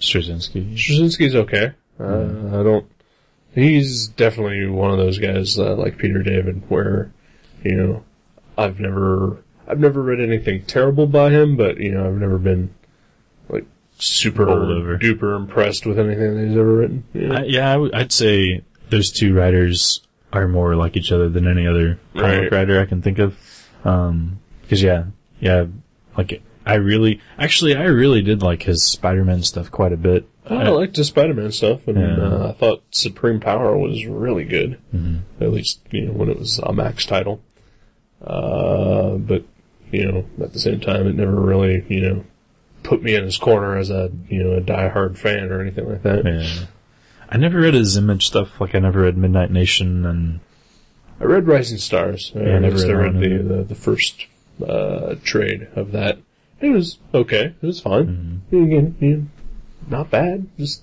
[SPEAKER 4] Straczynski.
[SPEAKER 2] Straczynski's okay. Uh, I don't. He's definitely one of those guys uh, like Peter David, where you know I've never I've never read anything terrible by him, but you know I've never been like super
[SPEAKER 4] Bowled over.
[SPEAKER 2] duper impressed with anything that he's ever written. you know?
[SPEAKER 4] I, yeah, I w- I'd say those two writers are more like each other than any other comic
[SPEAKER 2] Right.
[SPEAKER 4] writer I can think of. Um, because yeah, yeah, like I really, actually, I really did like his Spider-Man stuff quite a bit.
[SPEAKER 2] I, liked the Spider-Man stuff, and
[SPEAKER 4] Yeah.
[SPEAKER 2] uh, I thought Supreme Power was really good.
[SPEAKER 4] Mm-hmm.
[SPEAKER 2] At least, you know, when it was a Max title. Uh, but, you know, at the same time, it never really, you know, put me in his corner as a, you know, a diehard fan or anything like that.
[SPEAKER 4] Yeah. I never read his image stuff. Like I never read Midnight Nation and
[SPEAKER 2] I read Rising Stars. I,
[SPEAKER 4] Yeah, I never
[SPEAKER 2] noticed I read
[SPEAKER 4] read that
[SPEAKER 2] the,
[SPEAKER 4] one.
[SPEAKER 2] the, the first, uh, trade of that. It was okay. It was fine.
[SPEAKER 4] Mm-hmm.
[SPEAKER 2] Again, you know, not bad. Just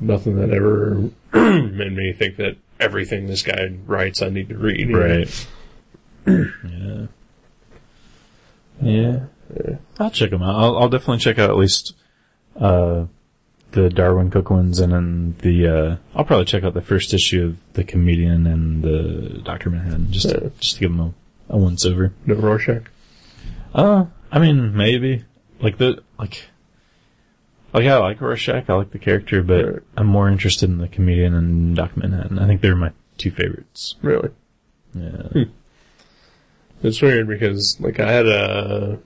[SPEAKER 2] nothing that ever made me think that everything this guy writes I need to read. you know?
[SPEAKER 4] yeah. Yeah. I'll check them out. I'll, I'll definitely check out at least, uh, the Darwin Cook ones and then the, uh, I'll probably check out the first issue of The Comedian and the Dr. Manhattan just,
[SPEAKER 2] Yeah.
[SPEAKER 4] to, just to give them a, a once over.
[SPEAKER 2] No Rorschach.
[SPEAKER 4] Uh, I mean, maybe. Like the, like, like I like Rorschach, I like the character, but
[SPEAKER 2] Right.
[SPEAKER 4] I'm more interested in The Comedian and Dr. Manhattan. I think they're my two favorites.
[SPEAKER 2] Really?
[SPEAKER 4] Yeah.
[SPEAKER 2] It's weird because like I had a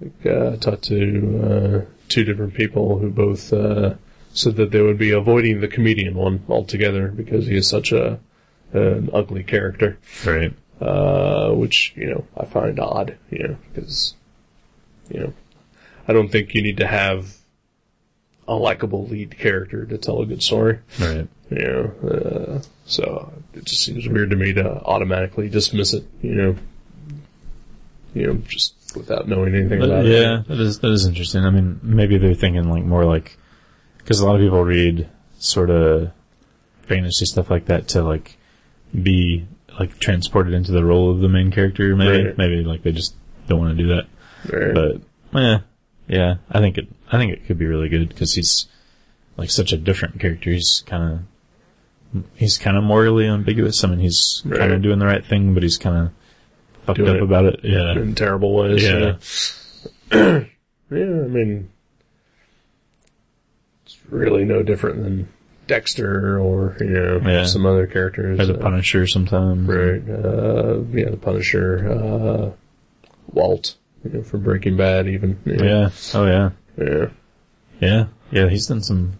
[SPEAKER 2] like uh, I talked to uh, two different people who both uh, said that they would be avoiding the comedian one altogether because he is such a an ugly character,
[SPEAKER 4] Right.
[SPEAKER 2] uh, which you know I find odd, you know, because you know I don't think you need to have a likable lead character to tell a good story.
[SPEAKER 4] Right.
[SPEAKER 2] you know. Uh, so it just seems weird to me to automatically dismiss it, you know. You know, just without knowing anything
[SPEAKER 4] But,
[SPEAKER 2] about
[SPEAKER 4] yeah,
[SPEAKER 2] it.
[SPEAKER 4] that is that is interesting. I mean, maybe they're thinking like more like because a lot of people read sort of fantasy stuff like that to like be like transported into the role of the main character. Maybe
[SPEAKER 2] Right.
[SPEAKER 4] maybe like they just don't want to do that.
[SPEAKER 2] Right.
[SPEAKER 4] But yeah, yeah, I think it I think it could be really good because he's like such a different character. He's kind of he's kind of morally ambiguous. I mean, he's kind
[SPEAKER 2] Right.
[SPEAKER 4] of doing the right thing, but he's kind of fucked
[SPEAKER 2] Doing
[SPEAKER 4] up
[SPEAKER 2] it
[SPEAKER 4] about it. Yeah.
[SPEAKER 2] in terrible ways. you
[SPEAKER 4] Yeah.
[SPEAKER 2] know. yeah, I mean, it's really no different than Dexter or, you know,
[SPEAKER 4] Yeah.
[SPEAKER 2] some other characters.
[SPEAKER 4] Or the
[SPEAKER 2] Uh,
[SPEAKER 4] Punisher sometimes.
[SPEAKER 2] Right. Uh, yeah, the Punisher, uh, Walt, you know, from Breaking Bad even. you know.
[SPEAKER 4] Yeah. Oh yeah.
[SPEAKER 2] Yeah.
[SPEAKER 4] Yeah. Yeah. He's done some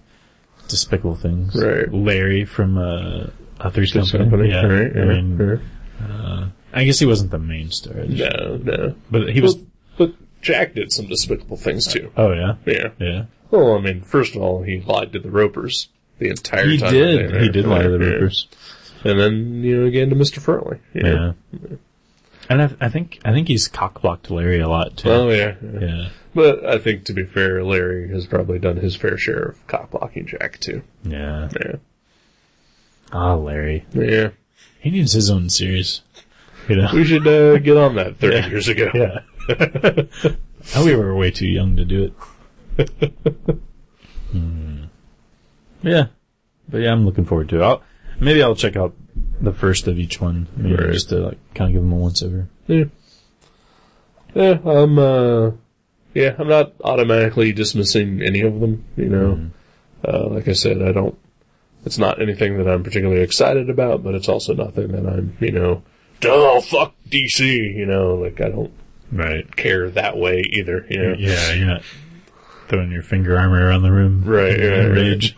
[SPEAKER 4] despicable things.
[SPEAKER 2] Right.
[SPEAKER 4] Larry from uh, a Three's
[SPEAKER 2] Just company.
[SPEAKER 4] Company. Yeah.
[SPEAKER 2] Right,
[SPEAKER 4] I
[SPEAKER 2] yeah,
[SPEAKER 4] mean,
[SPEAKER 2] yeah.
[SPEAKER 4] I guess he wasn't the main star,
[SPEAKER 2] No, no.
[SPEAKER 4] but he was.
[SPEAKER 2] But, but Jack did some despicable things too.
[SPEAKER 4] Oh yeah.
[SPEAKER 2] Yeah.
[SPEAKER 4] Yeah.
[SPEAKER 2] Well, I mean, first of all, he lied to the Ropers the entire
[SPEAKER 4] He
[SPEAKER 2] time. that
[SPEAKER 4] did.
[SPEAKER 2] they were
[SPEAKER 4] He did lie to the
[SPEAKER 2] there.
[SPEAKER 4] Rippers.
[SPEAKER 2] Yeah. And then you know again to Mister Furley.
[SPEAKER 4] Yeah. And I, I think I think he's cockblocked Larry a lot too.
[SPEAKER 2] Oh yeah. yeah.
[SPEAKER 4] yeah.
[SPEAKER 2] But I think to be fair, Larry has probably done his fair share of cockblocking Jack too.
[SPEAKER 4] Yeah.
[SPEAKER 2] Yeah.
[SPEAKER 4] Ah, Larry.
[SPEAKER 2] Yeah.
[SPEAKER 4] He needs his own series. You know.
[SPEAKER 2] We should uh, get on that thirty
[SPEAKER 4] Yeah.
[SPEAKER 2] years ago.
[SPEAKER 4] Yeah. and we were way too young to do it. Hmm. Yeah. But yeah, I'm looking forward to it. I'll, maybe I'll check out the first of each one. Maybe
[SPEAKER 2] Right.
[SPEAKER 4] Just to like kind of give them a once over.
[SPEAKER 2] Yeah. Yeah, I'm uh yeah, I'm not automatically dismissing any of them, you know.
[SPEAKER 4] Mm-hmm.
[SPEAKER 2] Uh like I said, I don't it's not anything that I'm particularly excited about, but it's also nothing that I'm, you know, oh fuck DC, you know, like I don't
[SPEAKER 4] Right.
[SPEAKER 2] care that way either, you know.
[SPEAKER 4] Yeah, you're not throwing your finger armor around the room.
[SPEAKER 2] Right,
[SPEAKER 4] in
[SPEAKER 2] right, right.
[SPEAKER 4] rage.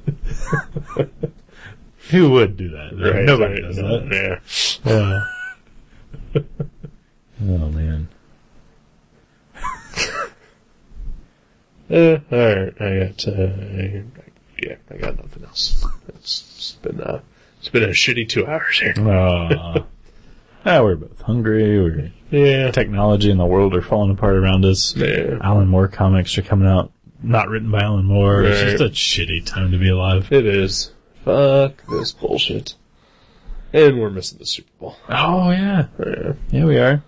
[SPEAKER 4] Who would do that?
[SPEAKER 2] Right,
[SPEAKER 4] Nobody
[SPEAKER 2] right,
[SPEAKER 4] does that.
[SPEAKER 2] Yeah.
[SPEAKER 4] Yeah. oh man.
[SPEAKER 2] Uh, all right, I got, uh, I- yeah, I got nothing else. It's, it's been uh, It's been a shitty two hours here.
[SPEAKER 4] Uh, ah, we're both hungry. We're,
[SPEAKER 2] Yeah.
[SPEAKER 4] technology and the world are falling apart around us.
[SPEAKER 2] Yeah.
[SPEAKER 4] Alan Moore comics are coming out, not written by Alan Moore. It's
[SPEAKER 2] Right.
[SPEAKER 4] just a shitty time to be alive.
[SPEAKER 2] It is. Fuck this bullshit. And we're missing the Super Bowl.
[SPEAKER 4] Oh yeah,
[SPEAKER 2] Yeah.
[SPEAKER 4] yeah we are.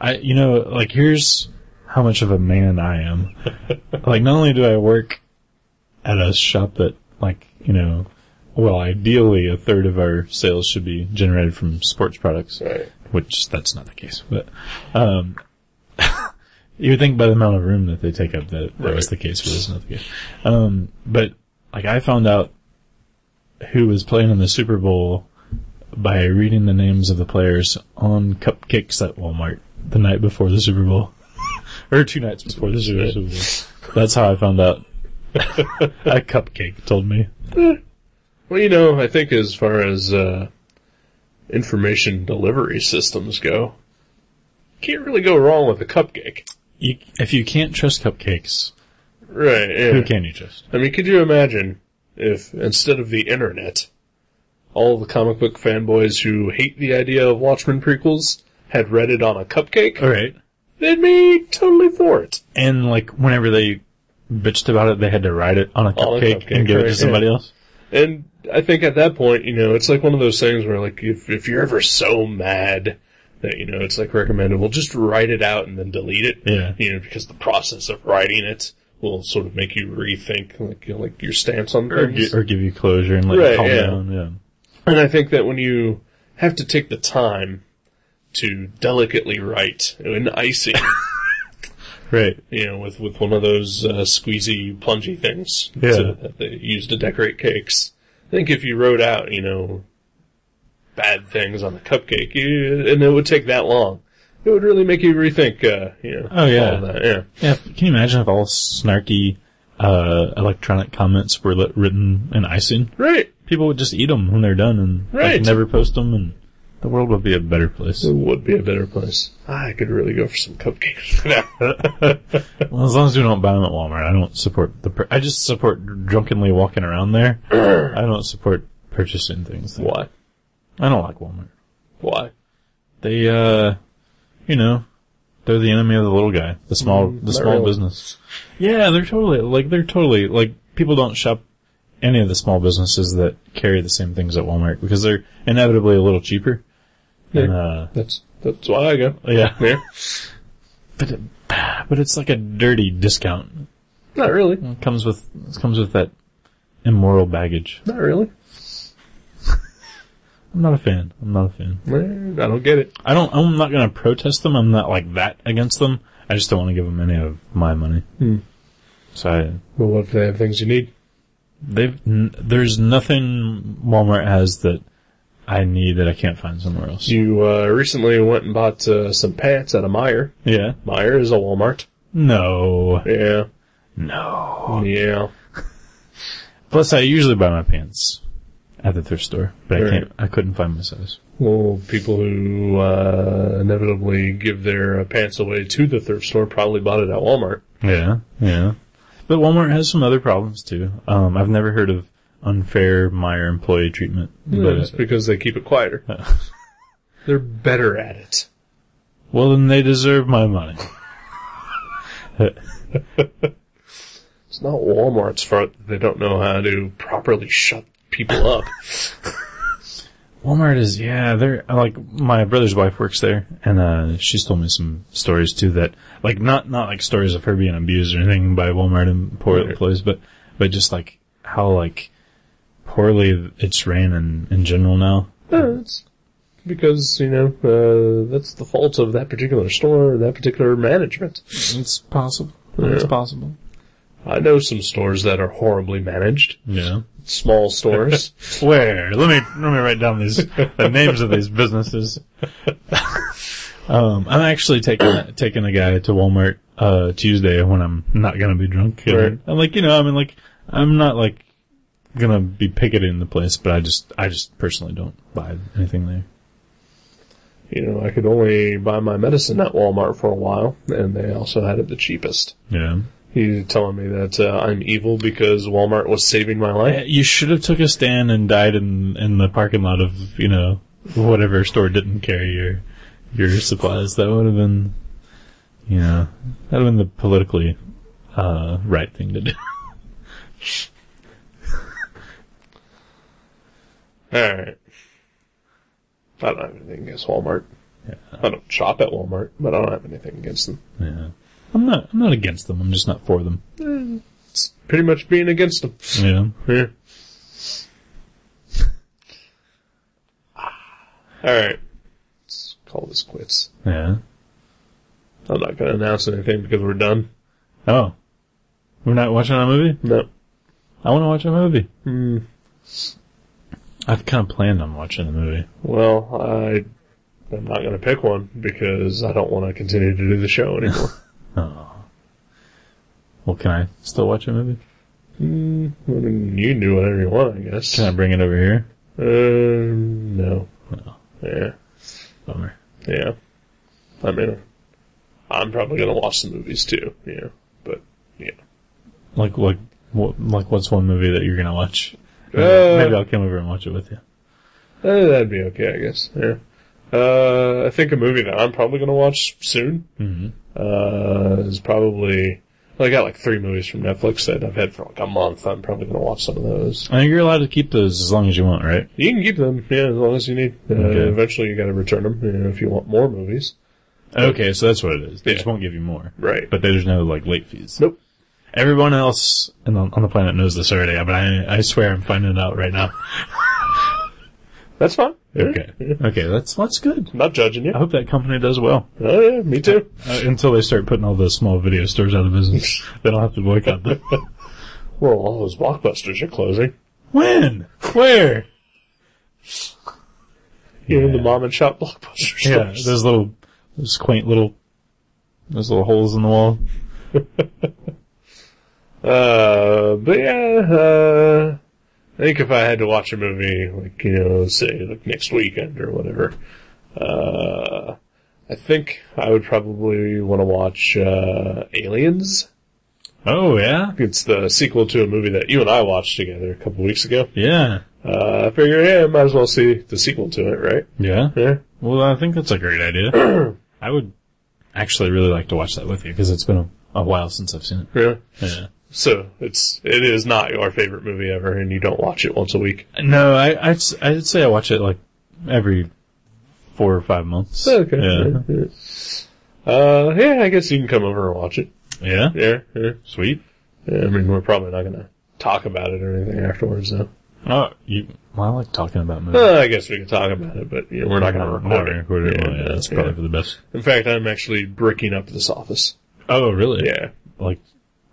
[SPEAKER 4] I, you know, like here's how much of a man I am. like not only do I work at a shop that, like you know, well ideally a third of our sales should be generated from sports products.
[SPEAKER 2] Right.
[SPEAKER 4] which that's not the case, but um, you would think by the amount of room that they take up that that was the case, but it's not the case. Um, but like I found out who was playing in the Super Bowl by reading the names of the players on cupcakes at Walmart the night before the Super Bowl, or two nights before the Super Super Bowl. That's how I found out. a cupcake told me.
[SPEAKER 2] Well, you know, I think as far as uh, information delivery systems go, can't really go wrong with a cupcake.
[SPEAKER 4] You, if you can't trust cupcakes,
[SPEAKER 2] Right. Yeah.
[SPEAKER 4] who can you trust?
[SPEAKER 2] I mean, could you imagine if instead of the internet, all the comic book fanboys who hate the idea of Watchmen prequels had read it on a cupcake?
[SPEAKER 4] All right.
[SPEAKER 2] They'd be totally for it.
[SPEAKER 4] And like whenever they bitched about it, they had to write it on a
[SPEAKER 2] On a
[SPEAKER 4] cupcake,
[SPEAKER 2] cupcake,
[SPEAKER 4] and give it to
[SPEAKER 2] right,
[SPEAKER 4] somebody else.
[SPEAKER 2] And I think at that point, you know, it's like one of those things where like if if you're ever so mad that you know it's like recommended, well, just write it out and then delete it.
[SPEAKER 4] Yeah.
[SPEAKER 2] You know, because the process of writing it will sort of make you rethink like you know, like your stance on
[SPEAKER 4] Or,
[SPEAKER 2] things.
[SPEAKER 4] gi- or give you closure and like
[SPEAKER 2] Right,
[SPEAKER 4] calm
[SPEAKER 2] yeah.
[SPEAKER 4] down. Yeah.
[SPEAKER 2] And I think that when you have to take the time to delicately write an icing,
[SPEAKER 4] Right.
[SPEAKER 2] you know, with, with one of those uh, squeezy, plungy things
[SPEAKER 4] Yeah.
[SPEAKER 2] to- that they use to decorate cakes, I think if you wrote out, you know, bad things on a cupcake, you, and it would take that long, it would really make you rethink, uh, you know,
[SPEAKER 4] Oh, yeah.
[SPEAKER 2] all that. Yeah.
[SPEAKER 4] Yeah. Can you imagine if all snarky uh, electronic comments were lit- written in icing?
[SPEAKER 2] Right.
[SPEAKER 4] People would just eat them when they're done and like,
[SPEAKER 2] Right.
[SPEAKER 4] never post them, and the world would be a better place.
[SPEAKER 2] It would be a better place. I could really go for some cupcakes.
[SPEAKER 4] Well, as long as we don't buy them at Walmart, I don't support the. Pur- I just support drunkenly walking around there. I don't support purchasing things. there.
[SPEAKER 2] Why?
[SPEAKER 4] I don't like Walmart.
[SPEAKER 2] Why?
[SPEAKER 4] they uh you know they're the enemy of the little guy the small the
[SPEAKER 2] not
[SPEAKER 4] small
[SPEAKER 2] really.
[SPEAKER 4] business yeah they're totally like they're totally like people don't shop any of the small businesses that carry the same things at walmart because they're inevitably a little cheaper and, uh,
[SPEAKER 2] That's, that's why I go.
[SPEAKER 4] yeah
[SPEAKER 2] Yeah.
[SPEAKER 4] but, it, but it's like a dirty discount
[SPEAKER 2] Not really.
[SPEAKER 4] it comes with it comes with that immoral baggage
[SPEAKER 2] Not really.
[SPEAKER 4] i'm not a fan i'm not a fan
[SPEAKER 2] Eh, I don't get it.
[SPEAKER 4] i don't i'm not gonna protest them i'm not like that against them i just don't want to give them any of my money
[SPEAKER 2] Hmm.
[SPEAKER 4] so i
[SPEAKER 2] Well, what if they have things you need?
[SPEAKER 4] They've n- there's nothing Walmart has that I need that I can't find somewhere else.
[SPEAKER 2] You uh, recently went and bought uh, some pants at a Meyer.
[SPEAKER 4] yeah.
[SPEAKER 2] Meyer is a Walmart.
[SPEAKER 4] No.
[SPEAKER 2] Yeah.
[SPEAKER 4] No.
[SPEAKER 2] Yeah.
[SPEAKER 4] Plus, I usually buy my pants at the thrift store, but
[SPEAKER 2] Right.
[SPEAKER 4] I can't. I couldn't find my size.
[SPEAKER 2] Well, people who uh, inevitably give their uh, pants away to the thrift store probably bought it at Walmart.
[SPEAKER 4] Yeah. Yeah. But Walmart has some other problems too. Um, I've never heard of unfair Meyer employee treatment.
[SPEAKER 2] But it's
[SPEAKER 4] But,
[SPEAKER 2] because they keep it quieter. They're better at it.
[SPEAKER 4] well, then they deserve my money.
[SPEAKER 2] It's not Walmart's fault that they don't know how to properly shut people up.
[SPEAKER 4] Walmart is yeah, they're like my brother's wife works there, and uh, she's told me some stories too that like not not like stories of her being abused or anything by Walmart and poor
[SPEAKER 2] Right.
[SPEAKER 4] employees, but but just like how like poorly it's ran in in general now.
[SPEAKER 2] No, it's because, you know, uh, that's the fault of that particular store, that particular management.
[SPEAKER 4] It's possible.
[SPEAKER 2] It's
[SPEAKER 4] possible.
[SPEAKER 2] I know some stores that are horribly managed.
[SPEAKER 4] Yeah.
[SPEAKER 2] Small stores.
[SPEAKER 4] Where? Let me let me write down these the names of these businesses. um, I'm actually taking taking a guy to Walmart uh, Tuesday when I'm not gonna be drunk. And
[SPEAKER 2] Right.
[SPEAKER 4] I'm like, you know, I mean, like, I'm not like gonna be picketing the place, but I just I just personally don't buy anything there.
[SPEAKER 2] you know, I could only buy my medicine at Walmart for a while, and they also had it the cheapest.
[SPEAKER 4] Yeah.
[SPEAKER 2] He's telling me that uh, I'm evil because Walmart was saving my life.
[SPEAKER 4] Uh, You should have took a stand and died in in the parking lot of you know whatever store didn't carry your your supplies. That would have been, you know, that would have been the politically uh, right thing to do.
[SPEAKER 2] All right. I don't have anything against Walmart. I don't shop at Walmart, but I don't have anything against them.
[SPEAKER 4] Yeah. I'm not I'm not against them. I'm just not for them.
[SPEAKER 2] It's pretty much being against them.
[SPEAKER 4] Yeah.
[SPEAKER 2] Yeah. All right. Let's call this quits.
[SPEAKER 4] Yeah.
[SPEAKER 2] I'm not going to announce anything because we're done.
[SPEAKER 4] Oh. We're not watching a movie?
[SPEAKER 2] No.
[SPEAKER 4] I want to watch a movie. Hmm. I've kind of planned on watching a movie.
[SPEAKER 2] Well, I, I'm not going to pick one because I don't want to continue to do the show anymore.
[SPEAKER 4] Oh. Well, can I still watch a movie?
[SPEAKER 2] Mm, I mean, you can do whatever you want, I guess.
[SPEAKER 4] Can I bring it over here?
[SPEAKER 2] Um, no. Yeah.
[SPEAKER 4] Bummer.
[SPEAKER 2] Yeah. I mean, I'm probably going to watch the movies too. Yeah. But, yeah.
[SPEAKER 4] Like like what like what's one movie that you're gonna watch?
[SPEAKER 2] Uh,
[SPEAKER 4] Maybe I'll come over and watch it with you.
[SPEAKER 2] Eh, that'd be okay, I guess. Yeah. Uh, I think a movie that I'm probably gonna watch soon uh, is probably. Well, I got like three movies from Netflix that I've had for like a month. I'm probably gonna watch some of those.
[SPEAKER 4] I think you're allowed to keep those as long as you want, right?
[SPEAKER 2] You can keep them, yeah, as long as you need. Uh,
[SPEAKER 4] Okay.
[SPEAKER 2] Eventually, you gotta return them you know, if you want more movies.
[SPEAKER 4] Okay, so that's what it is. They
[SPEAKER 2] Yeah.
[SPEAKER 4] just won't give you more.
[SPEAKER 2] Right.
[SPEAKER 4] But there's no like late fees.
[SPEAKER 2] Nope.
[SPEAKER 4] Everyone else in the, on the planet knows this already, but I I swear I'm finding it out right now.
[SPEAKER 2] That's fine. Yeah.
[SPEAKER 4] Okay. Okay, that's that's good.
[SPEAKER 2] I'm not judging you.
[SPEAKER 4] I hope that company does well
[SPEAKER 2] Oh yeah, me too.
[SPEAKER 4] uh, until they start putting all the small video stores out of business. then I'll have to boycott them.
[SPEAKER 2] Well, all those blockbusters are closing.
[SPEAKER 4] when? Where?
[SPEAKER 2] Even the mom and shop blockbusters.
[SPEAKER 4] Yeah, those little, those quaint little, those little holes in the wall.
[SPEAKER 2] Uh, but yeah, uh, I think if I had to watch a movie, like, you know, say, like next weekend or whatever, uh, I think I would probably want to watch, uh, Aliens.
[SPEAKER 4] Oh yeah,
[SPEAKER 2] It's the sequel to a movie that you and I watched together a couple weeks ago.
[SPEAKER 4] yeah,
[SPEAKER 2] Uh, I figure, yeah, might as well see the sequel to it, right?
[SPEAKER 4] yeah.
[SPEAKER 2] Yeah.
[SPEAKER 4] Well, I think that's a great idea. I would actually really like to watch that with you because it's been a, a while since I've seen it.
[SPEAKER 2] Yeah.
[SPEAKER 4] Yeah.
[SPEAKER 2] So, it's, it is not your favorite movie ever, and you don't watch it once a week.
[SPEAKER 4] No, I I'd, s- I'd say I watch it like every four or five months.
[SPEAKER 2] Okay.
[SPEAKER 4] Yeah.
[SPEAKER 2] Uh, yeah, I guess you can come over and watch it.
[SPEAKER 4] Yeah.
[SPEAKER 2] Yeah, yeah.
[SPEAKER 4] Sweet.
[SPEAKER 2] Yeah, I mean, we're probably not gonna talk about it or anything afterwards, though.
[SPEAKER 4] Oh, you. Well, I like talking about movies.
[SPEAKER 2] Uh, I guess we can talk about it, but you know, we're not gonna record
[SPEAKER 4] Not
[SPEAKER 2] it.
[SPEAKER 4] record it.
[SPEAKER 2] Yeah,
[SPEAKER 4] Well, yeah, that's
[SPEAKER 2] yeah.
[SPEAKER 4] probably for the best.
[SPEAKER 2] In fact, I'm actually bricking up this office.
[SPEAKER 4] Oh, really?
[SPEAKER 2] Yeah,
[SPEAKER 4] Like,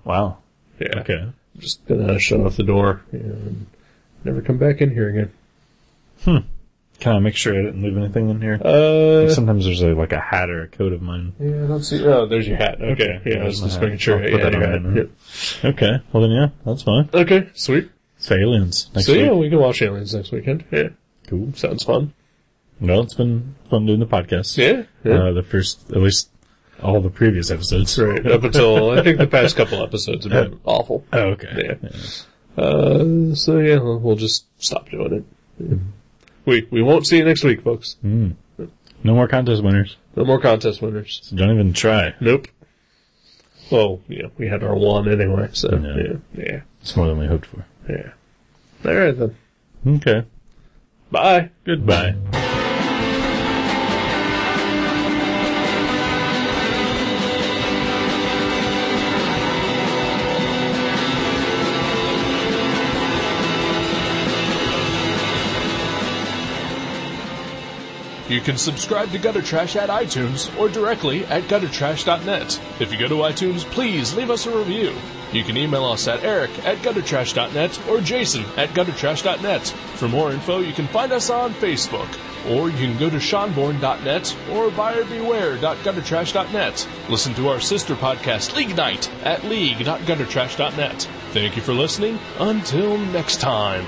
[SPEAKER 4] wow.
[SPEAKER 2] yeah.
[SPEAKER 4] Okay.
[SPEAKER 2] I'm just gonna shut off the door and never come back in here again.
[SPEAKER 4] Can I make sure I didn't leave anything in here?
[SPEAKER 2] Uh,
[SPEAKER 4] Sometimes there's a, like a hat or a coat of mine.
[SPEAKER 2] yeah, I don't see. Oh, there's your hat. Okay,
[SPEAKER 4] Okay,
[SPEAKER 2] yeah, I was
[SPEAKER 4] there's my
[SPEAKER 2] just
[SPEAKER 4] hat.
[SPEAKER 2] making sure.
[SPEAKER 4] I'll put
[SPEAKER 2] yeah,
[SPEAKER 4] that
[SPEAKER 2] your
[SPEAKER 4] on
[SPEAKER 2] hat.
[SPEAKER 4] right Okay. Well then, yeah, that's fine.
[SPEAKER 2] Yeah. Okay, sweet.
[SPEAKER 4] It's aliens next
[SPEAKER 2] so
[SPEAKER 4] week.
[SPEAKER 2] yeah, we can watch Aliens next weekend. Yeah,
[SPEAKER 4] Cool.
[SPEAKER 2] sounds fun.
[SPEAKER 4] Well, it's been fun doing the podcast.
[SPEAKER 2] Yeah, yeah.
[SPEAKER 4] Uh, the first, at least, all the previous episodes.
[SPEAKER 2] right. Up until I think the past couple episodes have been awful.
[SPEAKER 4] Oh, okay.
[SPEAKER 2] Yeah. Uh, so yeah, we'll we'll just stop doing it. Mm-hmm. We we won't see you next week, folks.
[SPEAKER 4] No more contest winners.
[SPEAKER 2] No more contest winners.
[SPEAKER 4] So don't even try.
[SPEAKER 2] Nope. Well, yeah, we had our one anyway, so yeah,
[SPEAKER 4] No.
[SPEAKER 2] yeah,
[SPEAKER 4] It's more than we hoped for.
[SPEAKER 2] yeah. All right then.
[SPEAKER 4] Okay.
[SPEAKER 2] Bye.
[SPEAKER 4] Goodbye.
[SPEAKER 1] You can subscribe to Gutter Trash at iTunes or directly at guttertrash.net. If you go to iTunes, please leave us a review. You can email us at eric at guttertrash.net or jason at guttertrash.net. For more info, you can find us on Facebook, or you can go to seanborn.net or buyerbeware.guttertrash.net. Listen to our sister podcast, League Night, at league.guttertrash.net. Thank you for listening. Until next time.